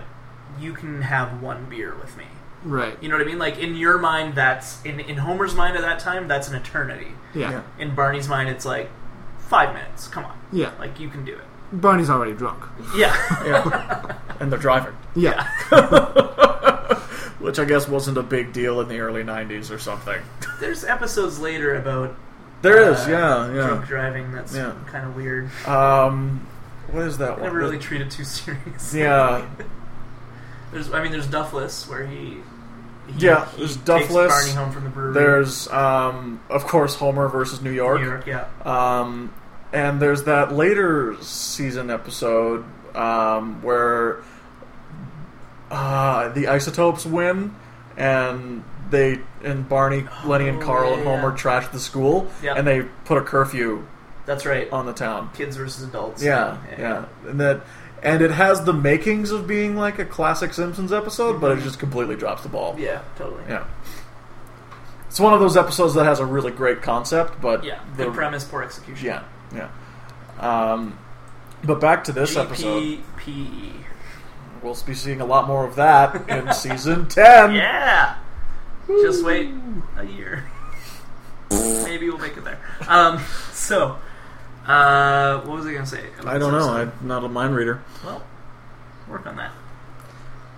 you can have one beer with me. right. You know what I mean? Like in your mind, that's in in Homer's mind at that time, that's an eternity. Yeah. In Barney's mind, it's like five minutes. Come on, Yeah. like you can do it. Barney's already drunk. Yeah, yeah. and they're driving. Yeah. Which I guess wasn't a big deal in the early nineties or something. there's episodes later about There is, uh, yeah, drunk yeah. driving. That's Yeah. kind of weird. Um what is that I one? never really The- treated too serious. yeah. There's, I mean, there's Duffless where he. he Yeah, he there's takes Duffless. Barney home from the brewery. There's um of course Homer versus New York. New York, yeah, Um, and there's that later season episode um, where uh, the Isotopes win, and they and Barney, Lenny, and Oh, Carl yeah, and Homer yeah. trash the school, Yeah. and they put a curfew that's right. on the town. Kids versus adults. Uh, Yeah, yeah, and that. And it has the makings of being like a classic Simpsons episode, but it just completely drops the ball. Mm-hmm. Yeah, totally. Yeah. It's one of those episodes that has a really great concept, but Yeah, the- good premise, poor execution. yeah, yeah. Um, but back to this episode, GPPE. we'll be seeing a lot more of that in season ten. Yeah. Just wait a year. Maybe we'll make it there. Um, so, uh, what was I gonna say? about I don't this know. episode? I'm not a mind reader. Well, work on that.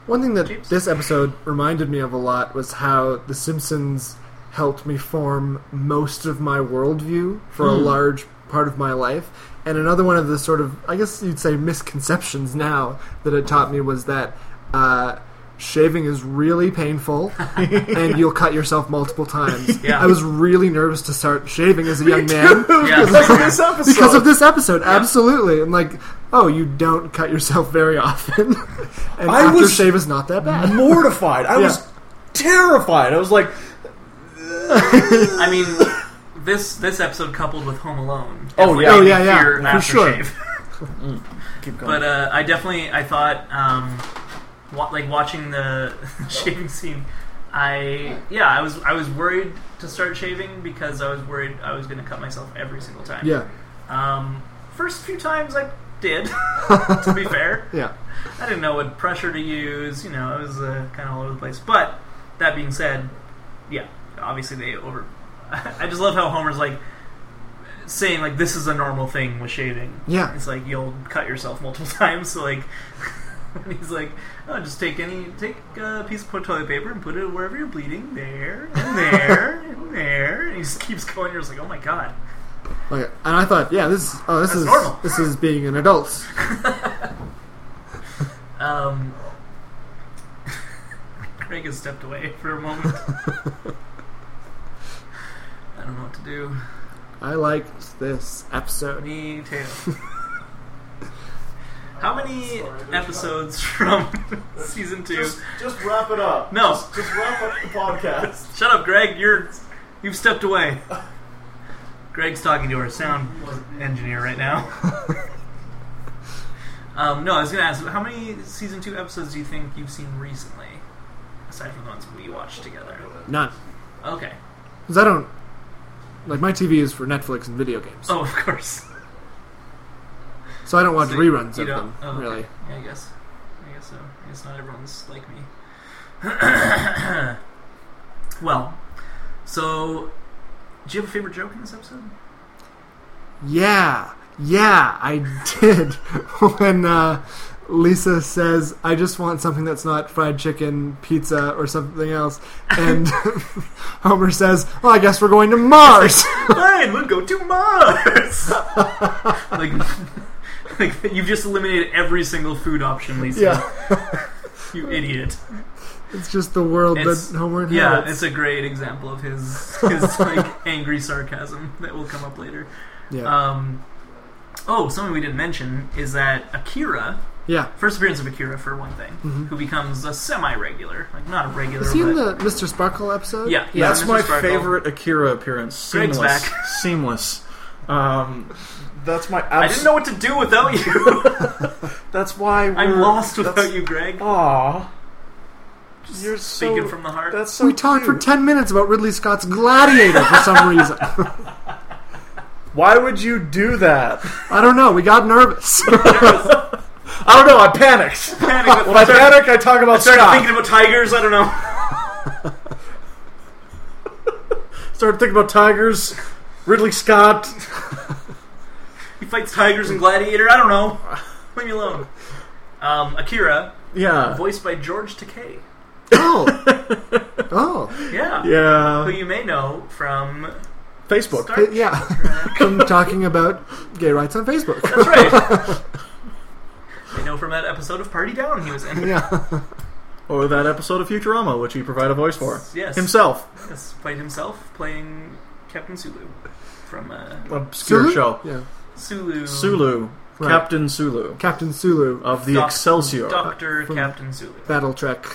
One thing that James? this episode reminded me of a lot was how The Simpsons helped me form most of my worldview for Hmm. a large part of my life. And another one of the sort of, I guess you'd say, misconceptions now that it taught me was that uh, shaving is really painful and you'll cut yourself multiple times. Yeah. I was really nervous to start shaving as a young man Yeah, because of yeah. this episode. because of this episode, absolutely. And like, oh, you don't cut yourself very often, and I was- aftershave is not that bad. mortified. I was Yeah. terrified. I was like, I mean, this this episode coupled with Home Alone. Oh, definitely yeah. made Oh, me yeah, yeah, fear for sure. aftershave. keep going. But uh, I definitely I thought um, wa- like watching the shaving scene. I yeah I was I was worried to start shaving because I was worried I was going to cut myself every single time. Yeah, Um, first few times I did. to be fair, yeah, I didn't know what pressure to use. You know, it was uh, kind of all over the place. But that being said, yeah, obviously they over. I just love how Homer's like saying like this is a normal thing with shaving. Yeah. it's like you'll cut yourself multiple times. So like and he's like, "Oh, just take any take a piece of toilet paper and put it wherever you're bleeding. There, and there, and there." And he just keeps going. You're just like, "Oh my god." Like, and I thought, yeah, this is oh, this That's is normal. this is being an adult. Um, Craig has stepped away for a moment. I don't know what to do. I liked this episode. Me too. How many episodes from season two? Just, just wrap it up. No. Just, just wrap up the podcast. Shut up, Greg. You're you've stepped away. Greg's talking to our sound engineer right now. um, no, I was gonna ask, how many season two episodes do you think you've seen recently, aside from the ones we watched together? None, Okay. because I don't like my TV is for Netflix and video games, Oh, of course. so I don't watch So you- reruns you of don't- oh, them. okay. Really, Yeah, I guess. I guess so. I guess not everyone's like me. well, so do you have a favorite joke in this episode? yeah, yeah, I did when uh, Lisa says, "I just want something that's not fried chicken, pizza, or something else," and Homer says, "Well, I guess we're going to Mars." Fine, we'll go to Mars. like, like you've just eliminated every single food option, Lisa. yeah. You idiot. It's just the world It's- that Homer Yeah, inhabits. it's a great example of his his like angry sarcasm that will come up later. yeah. Um, oh, something we didn't mention is that Akira, yeah. first appearance of Akira for one thing, who becomes a semi-regular, like not a regular. Mm-hmm. Is he in but the Mr. Sparkle episode? yeah, he's That's in Mr. my Sparkle. favorite Akira appearance. Greg's Seamless. back. Seamless. Um, that's my. I didn't know what to do without you. That's why we're, I'm lost without that's- you, Greg. Aw. You're so. Speaking from the heart. that's so We talked for cute. 10 minutes about Ridley Scott's Gladiator for some reason. Why would you do that? I don't know. We got nervous. I don't know. I panicked. Panic with- When I panic, I talk about started Scott. thinking about tigers. I don't know. Started thinking about tigers. Ridley Scott. He fights tigers and gladiator. I don't know. Leave me alone. Um, Akira, Yeah. voiced by George Takei. oh. Oh. Yeah. Who Yeah. you may know from Facebook. Star Hey, yeah. From talking about gay rights on Facebook. That's right. I know from that episode of Party Down he was in. Yeah. Or that episode of Futurama, which he provided a voice for. Yes. Himself. Yes, played himself playing Captain Sulu from uh, Obscure show. Yeah. Sulu. Sulu. Right. Captain Sulu. Captain Sulu. Of the Doc- Excelsior. Doctor From- Captain Sulu. Battle Trek.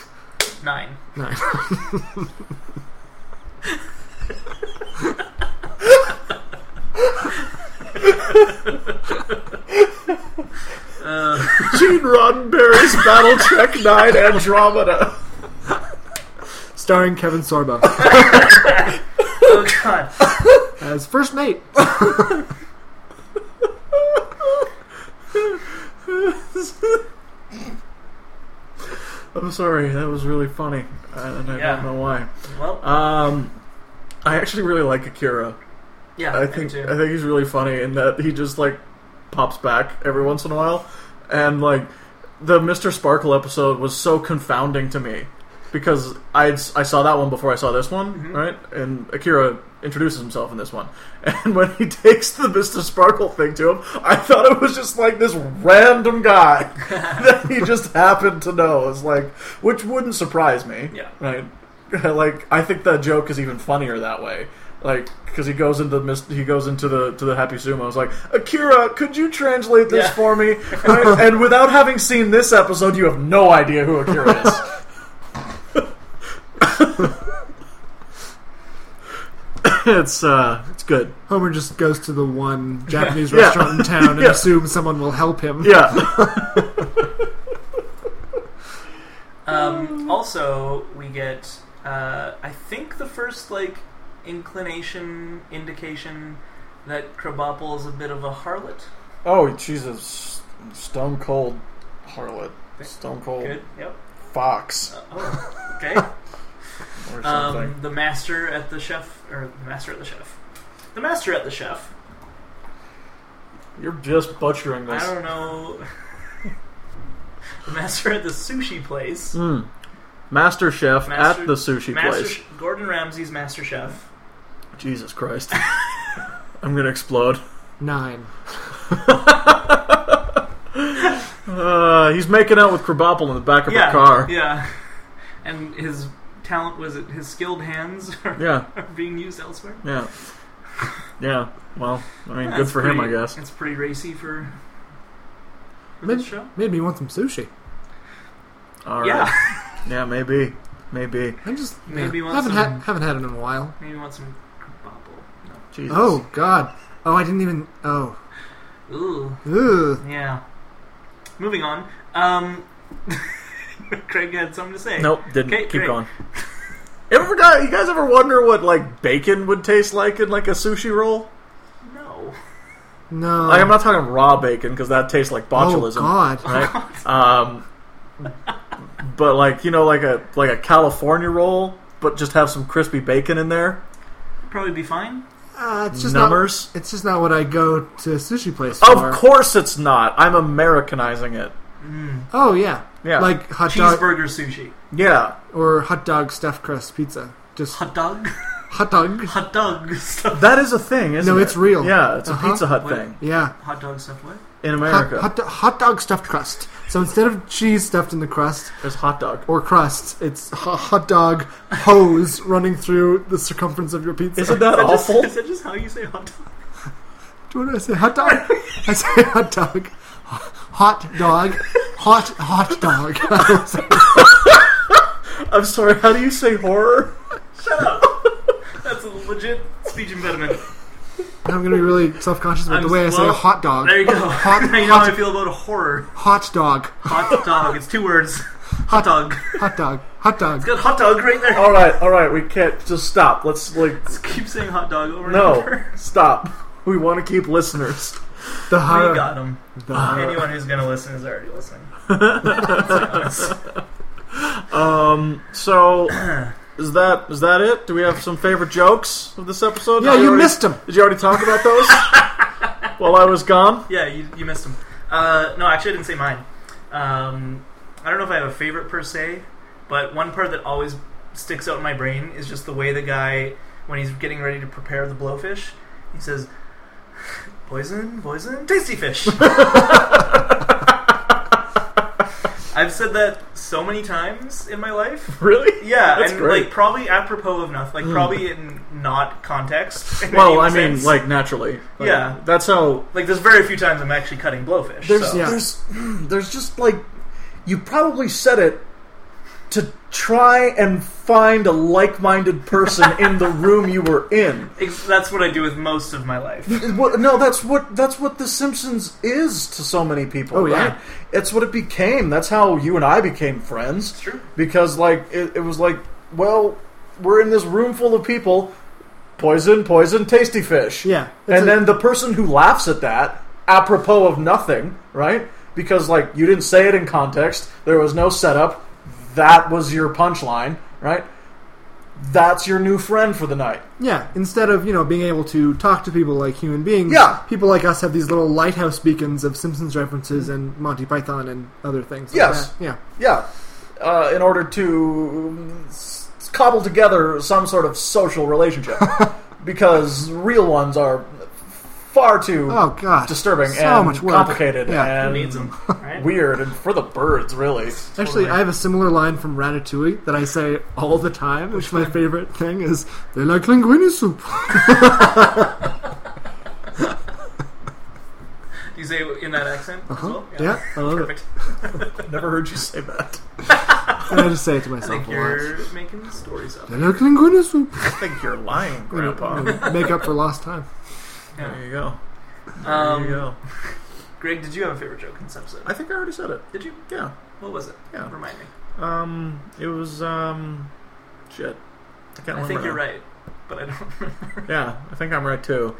Nine. Nine. Uh, Gene Roddenberry's Battle Trek 9 Andromeda. Starring Kevin Sorbo oh god. as first mate. I'm sorry, that was really funny. And I Yeah. don't know why. Well, Um, I actually really like Akira. yeah. I me think too. I think he's really funny in that he just like pops back every once in a while, and like the Mister Sparkle episode was so confounding to me because I I saw that one before I saw this one, Mm-hmm. right? And Akira introduces himself in this one, and when he takes the Mister Sparkle thing to him, I thought it was just like this random guy that he just happened to know. It's like, which wouldn't surprise me, Yeah. right? like I think that joke is even funnier that way. Like because he goes into mis- he goes into the to the Happy Sumo. It's like Akira, could you translate this Yeah. for me? Right? and without having seen this episode, you have no idea who Akira is. it's uh, it's good. Homer just goes to the one Japanese Yeah. restaurant in town and Yeah. assumes someone will help him. Yeah, Um, also, we get, uh, I think, the first like inclination indication that Krabappel is a bit of a harlot. Oh, she's a s- stone cold harlot, stone cold Good. Yep. fox Uh, oh. Okay. or something. Um, the master at the chef, or the master at the chef, the master at the chef. You're just butchering I this. don't know. the master at the sushi place. Hmm. Master chef Master- at the sushi Master place. Gordon Ramsay's Master Chef. Jesus Christ. I'm gonna explode. Nine. Uh, he's making out with Krabappel in the back of yeah, her car. yeah. And his talent was it his skilled hands are, Yeah, are being used elsewhere. yeah, yeah. Well, I mean, Yeah, good it's for him, I pretty- guess. It's pretty racy for, for Maybe- this show. Made me want some sushi. All right. Yeah, Yeah, maybe, maybe. I just yeah, Maybe want haven't some- had haven't had it in a while. maybe want some bobble. Jesus. Oh God. Oh, I didn't even. Oh. No. Ooh. Ugh. Yeah. Moving on. Um, Craig had something to say. Nope, didn't. Okay, Keep great. going. Ever got, you guys ever wonder what like bacon would taste like in like a sushi roll? No. No. Like I'm not talking raw bacon because that tastes like Oh botulism, God. right? um, but like you know, like a like a California roll, but just have some crispy bacon in there. Probably be fine. Uh, it's just not. Numbers. It's just not what I go to sushi place Of for. course it's not. I'm Americanizing it. Mm. Oh yeah. Yeah. Like hot dog Cheeseburger sushi. Yeah. or hot dog stuffed crust pizza. Just Hot dog. hot dog. Hot dog stuff. That is a thing, isn't it? No, it's real. Yeah, it's Uh-huh. a Pizza Hut What- thing Yeah. Hot dog stuff. What? in Hot, America. hot, do- hot dog stuffed crust. So instead of cheese stuffed in the crust There's hot dog. or crust, it's ho- hot dog hose running through the circumference of your pizza. Isn't that Is that just- awful? is that just how you say hot dog? Do you want to say hot dog? I say hot dog. Hot dog. Hot, hot dog. I'm sorry. How do you say horror? Shut up. That's a legit speech impediment. I'm going to be really self conscious about the I'm- way I say well, hot dog. There you go. Hot, now you know how I hot, feel about horror. hot dog. Hot dog. It's two words. Hot dog. Hot dog. Hot dog. Got hot dog right there. All right, all right. We can't just stop. Let's like Just keep saying hot dog over and no over. stop. We want to keep listeners. The We hot. got him. The hot. Anyone who's gonna listen is already listening. Um. So is that is that it? Do we have some favorite jokes of this episode? Yeah, Did you already- missed him. Did you already talk about those while I was gone? Yeah, you, you missed him. Uh, no, actually, I didn't say mine. Um, I don't know if I have a favorite per se, but one part that always sticks out in my brain is just the way the guy, when he's getting ready to prepare the blowfish, he says, "Poison, poison, tasty fish." I've said that so many times in my life. Really? Yeah, That's and great. Hmm. like probably apropos of nothing, like probably in not context. in Well, any I mean, sense. like naturally. Like, Yeah. That's how like there's very few times I'm actually cutting blowfish. There's so. Yeah. there's there's just like you probably said it to try and find a like-minded person in the room you were in. Ex- that's what I do with most of my life. What, no, that's what that's what The Simpsons is to so many people. Oh, yeah. right? it's what it became. That's how you and I became friends It's true. because like it, it was like well we're in this room full of people, poison, poison, tasty fish. Yeah. and It's a- then the person who laughs at that, apropos of nothing, right? Because like you didn't say it in context, there was no setup. That was your punchline, right? That's your new friend for the night. Yeah, instead of you know being able to talk to people like human beings, Yeah. people like us have these little lighthouse beacons of Simpsons references and Monty Python and other things. Like Yes. that. yeah, Yeah, uh, in order to s- cobble together some sort of social relationship, because real ones are far too Oh, God. disturbing So and much work. complicated Yeah. Who and needs them? Right? weird, and for the birds, really. actually, Totally. I have a similar line from Ratatouille that I say all the time. Which my favorite thing is they like linguine soup. Do you say it in that accent Uh-huh. as well? Yeah, I love Perfect. Never heard you say that. it. And I just say it to I myself think a lot. you're making stories up. They like linguine soup. I think you're lying, You know, Grandpa. you know, make up for lost time. Yeah. There you go. There you Um, go. Greg, did you have a favorite joke in this episode? I think I already said it. Did you? Yeah. What was it? Yeah. Remind me. Um. It was um. Shit. I can't I remember. think you're now. right, but I don't remember. Yeah, I think I'm right too.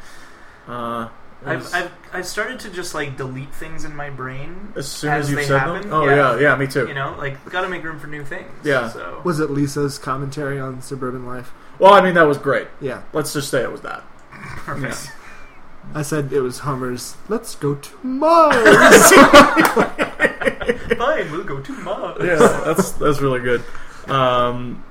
Uh. it I've, was- I've, I've started to just like delete things in my brain. as soon as as you've they said happen, them. Oh yeah. yeah. yeah, me too. You know, like got to make room for new things. Yeah. So Was it Lisa's commentary on suburban life? Well, I mean that was great. Yeah, Let's just say it was that. perfect. I said it was Hummer's. Let's go to Mars. fine, we'll go to Mars. yeah, that's that's really good. Um,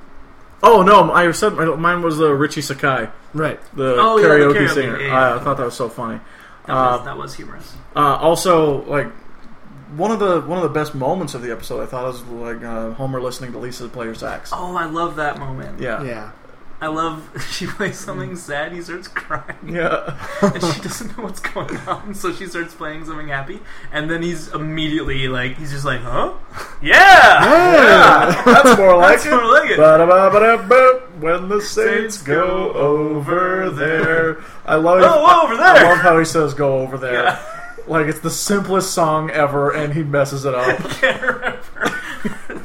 oh no, I said mine was uh, Richie Sakai, Right. the Oh, yeah, the karaoke karaoke, singer. yeah, yeah. I thought that was so funny. That was, Uh, that was humorous. Uh, also, like one of the one of the best moments of the episode, I thought was like uh, Homer listening to Lisa play her sax. Oh, I love that moment. Yeah, Mm. Yeah. I love she plays something sad. He starts crying, yeah, and she doesn't know what's going on. So she starts playing something happy, and then he's immediately like, he's just like, "Huh? Yeah, Yeah, That's more like that's it. what I like it." Ba-da-ba-ba-da-ba. When the saints go over there, I love. Oh, over I there. love how he says "go over there." Yeah. Like it's the simplest song ever, and he messes it up. Can't remember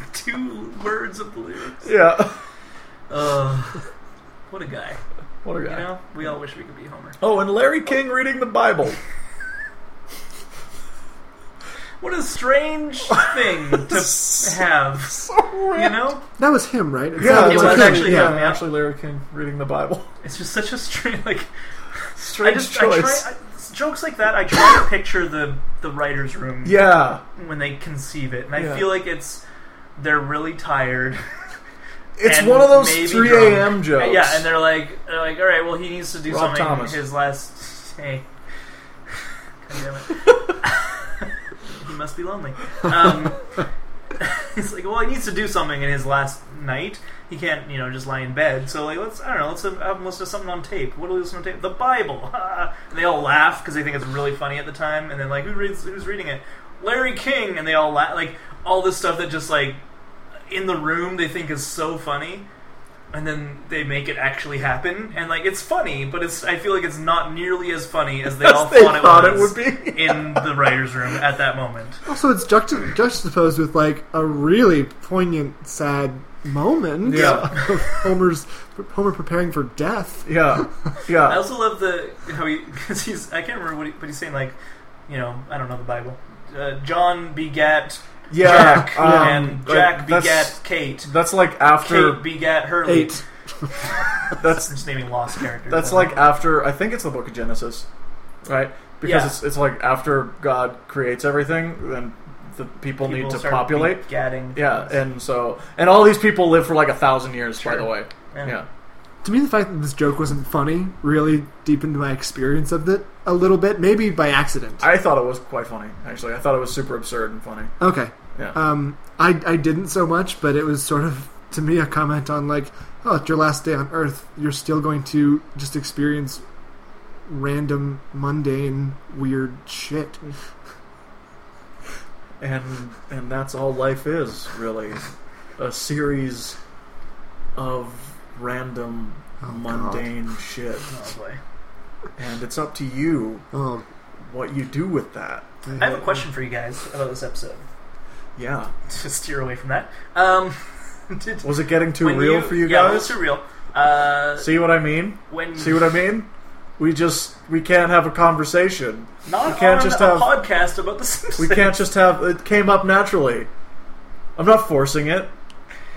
two words of the lyrics. Yeah, Uh, what a guy! what a You guy. know, we all wish we could be Homer. Oh, and Larry King reading the Bible. What a strange thing to have. You know, That was him, right? It Yeah, sounded it was it's like him. actually yeah. him. actually Larry King reading the Bible. it's just such a strange like. I Strange just I choice. try I, jokes like that. I try to picture the the writers' room yeah, when they conceive it, and I Yeah. feel like it's they're really tired. it's and one of maybe those three drunk. a.m. jokes. Yeah, and they're like, they're like, all right, well, he needs to do Rob something Thomas. his last day. God damn it. he must be lonely. Um, he's like, well, he needs to do something in his last night. He can't, you know, just lie in bed. So like, let's, I don't know, let's have have him listen to something on tape. What do we listen on tape? The Bible. and they all laugh because they think it's really funny at the time. And then like, who reads? Who's reading it? Larry King. And they all laugh. Like all this stuff that just like in the room they think is so funny and then they make it actually happen and like it's funny but it's i feel like it's not nearly as funny as they all they thought, thought it, it was would be. in the writers room at that moment Also, it's juxta- juxtaposed with like a really poignant, sad moment. Yeah. of Homer's Homer preparing for death. yeah, i yeah. also love the how he because he's i can't remember what, he, but he's saying like you know i don't know the bible uh, john begat Yeah, jack um, and jack like, that's- begat kate That's like after kate begat hurley eight. i'm That's just naming lost characters that's I don't like after I think it's the Book of Genesis, right? Because Yeah. it's it's like after God creates everything, then the people, know. need to start populate. begatting Yeah, and so and all these people live for like a thousand years, by Sure. the way. Yeah. To me, the fact that this joke wasn't funny really deepened my experience of it a little bit, maybe by accident. I thought it was quite funny. Actually, I thought it was super absurd and funny. Okay, Yeah, um, I I didn't so much, but it was sort of to me a comment on like, oh, it's your last day on Earth. You're still going to just experience random, mundane, weird shit. Mm. and and that's all life is really, a series of random Oh, God. mundane shit, oh boy and it's up to you Oh, what you do with that. I have a question for you guys about this episode. Yeah, To steer away from that, um, did, was it getting too when real for you yeah, it was guys? too real. Uh, See what I mean? when See what I mean? We just we can't have a conversation. not we can't on just a have- podcast about the Simpsons. We can't just have it came up naturally. I'm not forcing it.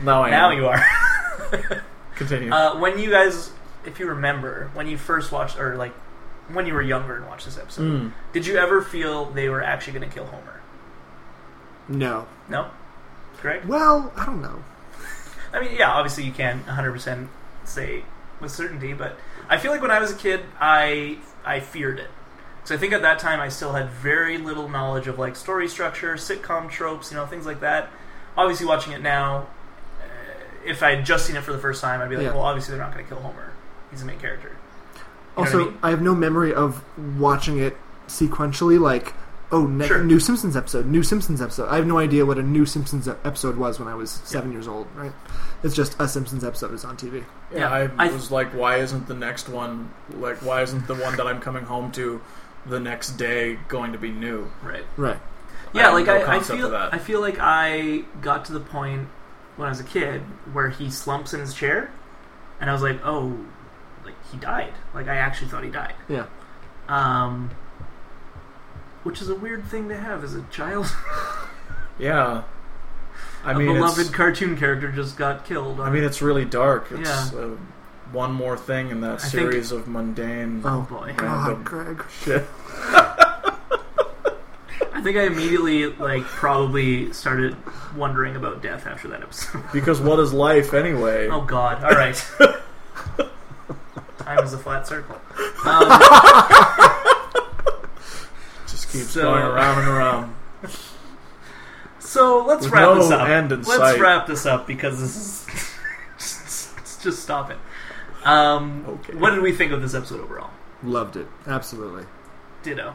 Now I Now am. you are. Continue. Uh, when you guys, if you remember, when you first watched, or like when you were younger and watched this episode, Mm. did you ever feel they were actually going to kill Homer? no. No, correct. Well, I don't know. I mean, yeah, obviously you can 100% say with certainty, but I feel like when I was a kid, I I feared it. So I think at that time I still had very little knowledge of like story structure, sitcom tropes, you know, things like that. Obviously, watching it now, uh, if I had just seen it for the first time, I'd be like, Yeah. well, obviously they're not going to kill Homer. He's the main character. You know what I Also, mean? I have no memory of watching it sequentially. Like, oh, ne- Sure. new Simpsons episode, new Simpsons episode. I have no idea what a new Simpsons e- episode was when I was seven years old. Right? It's just a Simpsons episode is on TV. yeah, yeah, I, I- was like, why isn't the next one like why isn't the one that I'm coming home to the next day going to be new? Right. Right. yeah, I like have no I, I concept feel of that. I feel like I got to the point when I was a kid where he slumps in his chair, and I was like, oh, like he died. Like I actually thought he died. Yeah. Um, which is a weird thing to have as a child. Yeah. I A mean, beloved it's, cartoon character just got killed. I mean, it's really dark. It's Yeah. uh, one more thing in that I think- series of mundane oh Oh, boy, random God, Greg. shit. I think I immediately like probably started wondering about death after that episode. Because what is life anyway? oh God! All right, time is a flat circle. Um, Just keeps So- going around and around. so let's With wrap no this up. end in let's sight. wrap this up because this is just, just stop it. Um, Okay. What did we think of this episode overall? Loved it. Absolutely. Ditto.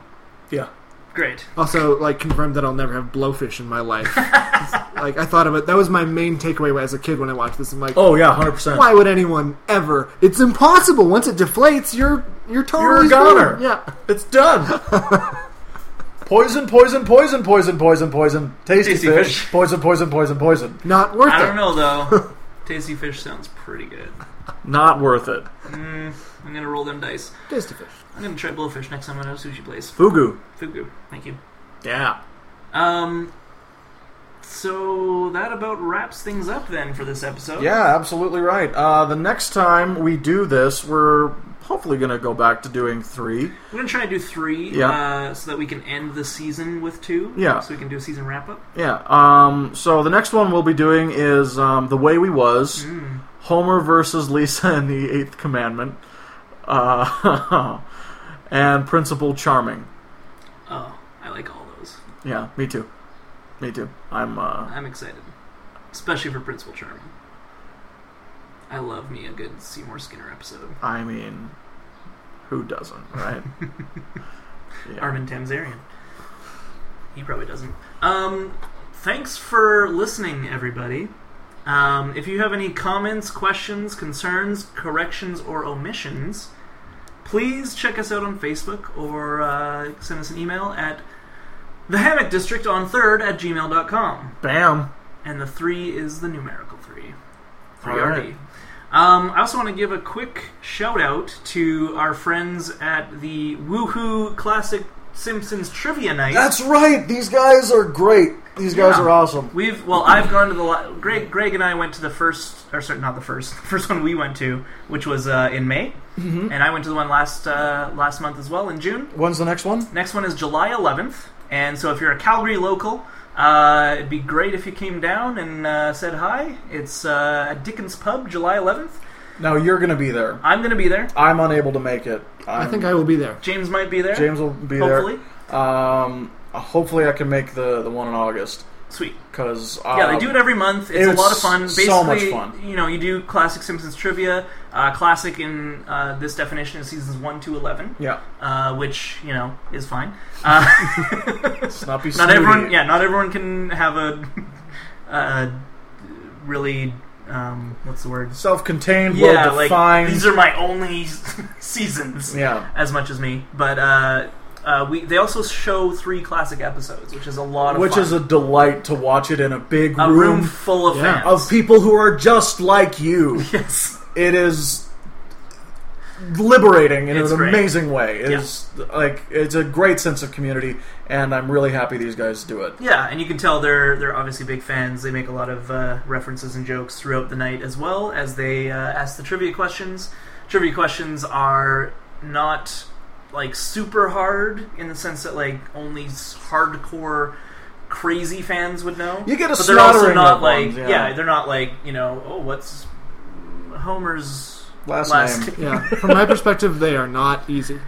Yeah. Great. Also, like confirmed that I'll never have blowfish in my life. like I thought about that was my main takeaway as a kid when I watched this. I'm like, Oh yeah, hundred percent. why would anyone ever? It's impossible. Once it deflates, you're you're You're totally a goner. screwed. Yeah. It's done. poison, poison, poison, poison, poison, poison. Tasty, Tasty fish. fish. Poison, poison, poison, poison. Not worth I it. don't know though. Tasty fish sounds pretty good. Not worth it. Mm, I'm gonna roll them dice. Tasty fish. I'm gonna try blowfish next time I'm at a sushi place. Fugu. Fugu. Thank you. Yeah. Um. So that about wraps things up then for this episode. Yeah, absolutely right. Uh, the next time we do this, we're hopefully going to go back to doing three. We're gonna try and do three. Yeah. Uh, so that we can end the season with two. Yeah. So we can do a season wrap up. Yeah. Um, so the next one we'll be doing is um, The Way We Was Mm. Homer versus Lisa and the Eighth Commandment, uh, and Principal Charming. Oh, I like all those. Yeah, me too. Me too. I'm. Uh, I'm excited, especially for Principal Charming. I love me a good Seymour Skinner episode. I mean, who doesn't, right? yeah. Armin Tamzarian. He probably doesn't. Um, thanks for listening, everybody. Um, if you have any comments, questions, concerns, corrections, or omissions, please check us out on Facebook or uh, send us an email at the hammock district on third at gmail.com. Bam. And the three is the numerical three. All 3RD. right. Um, I also want to give a quick shout out to our friends at the Woohoo Classic Simpsons Trivia Night. right. These guys are great. These Yeah. awesome. We've well, I've gone to the la- Greg. Greg and I went to the first, or sorry, not the first, the first one we went to, which was uh, in May, and I went to the one last uh, last month as well in June. When's the next one? Next one is July 11th, and so if you're a Calgary local, uh, it'd be great if you came down and uh, said hi. It's uh, at Dickens Pub, July 11th. Now you're going to be there. I'm going to be there. I'm unable to make it. I I'm- think I will be there. James might be there. James will be hopefully. there. Um, hopefully I can make the the one in August uh, Sweet. because Yeah, they do it every month. It's, it's a lot of fun. Basically, so much fun. you know, you do classic Simpsons trivia. Uh, classic in uh, this definition is seasons one to eleven, Yeah, uh, which you know is fine. Uh, Snappy. not everyone, yeah, not everyone can have a uh, really um, what's the word? Self-contained, Yeah, like well-defined. these are my only seasons. yeah, as much as me, but. Uh, uh, we they also show three classic episodes, which is a lot of which fun. is a delight to watch it in a big a room room full of Yeah. fans of people who are just like you. Yes. it is liberating in It's an great. amazing way. It Yeah. is like it's a great sense of community, and I'm really happy these guys do it. Yeah, and you can tell they're they're obviously big fans. They make a lot of uh, references and jokes throughout the night as well as they uh, ask the trivia questions. Trivia questions are not like super hard in the sense that like only s- hardcore crazy fans would know. You get a but they're also smattering not of like ones, yeah. they're not like you know oh what's Homer's Last, name. Yeah. From my perspective, they are not easy.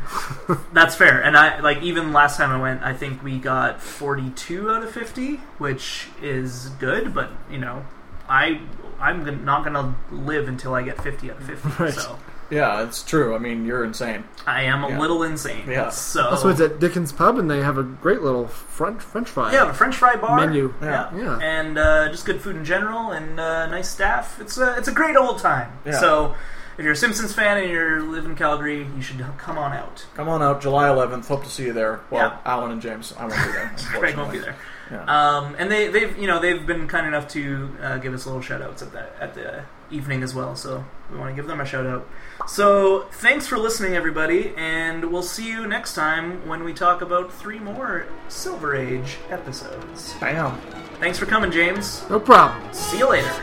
That's fair, and I like even last time I went, I think we got forty-two out of fifty, which is good. But you know, I I'm gon- not gonna live until I get fifty out of fifty. Right. So Yeah, it's true. I mean, you're insane. I am a Yeah. little insane. Yeah. So Also, it's at Dickens Pub, and they have a great little French French fry yeah, the French fry bar menu. Yeah. Yeah. and uh, just good food in general, and uh, nice staff. It's a it's a great old time. Yeah. So if you're a Simpsons fan and you're living in Calgary, you should come on out. Come on out, July 11th. Hope to see you there. Well, Yeah. Alan and James, I won't be there. Craig won't unfortunately. be there. Yeah. Um, and they, they've you know they've been kind enough to uh, give us little shout outs at the at the evening as well. So we want to give them a shout out. So thanks for listening, everybody, and we'll see you next time when we talk about three more Silver Age episodes. Bam. Thanks for coming, James. No problem. See you later.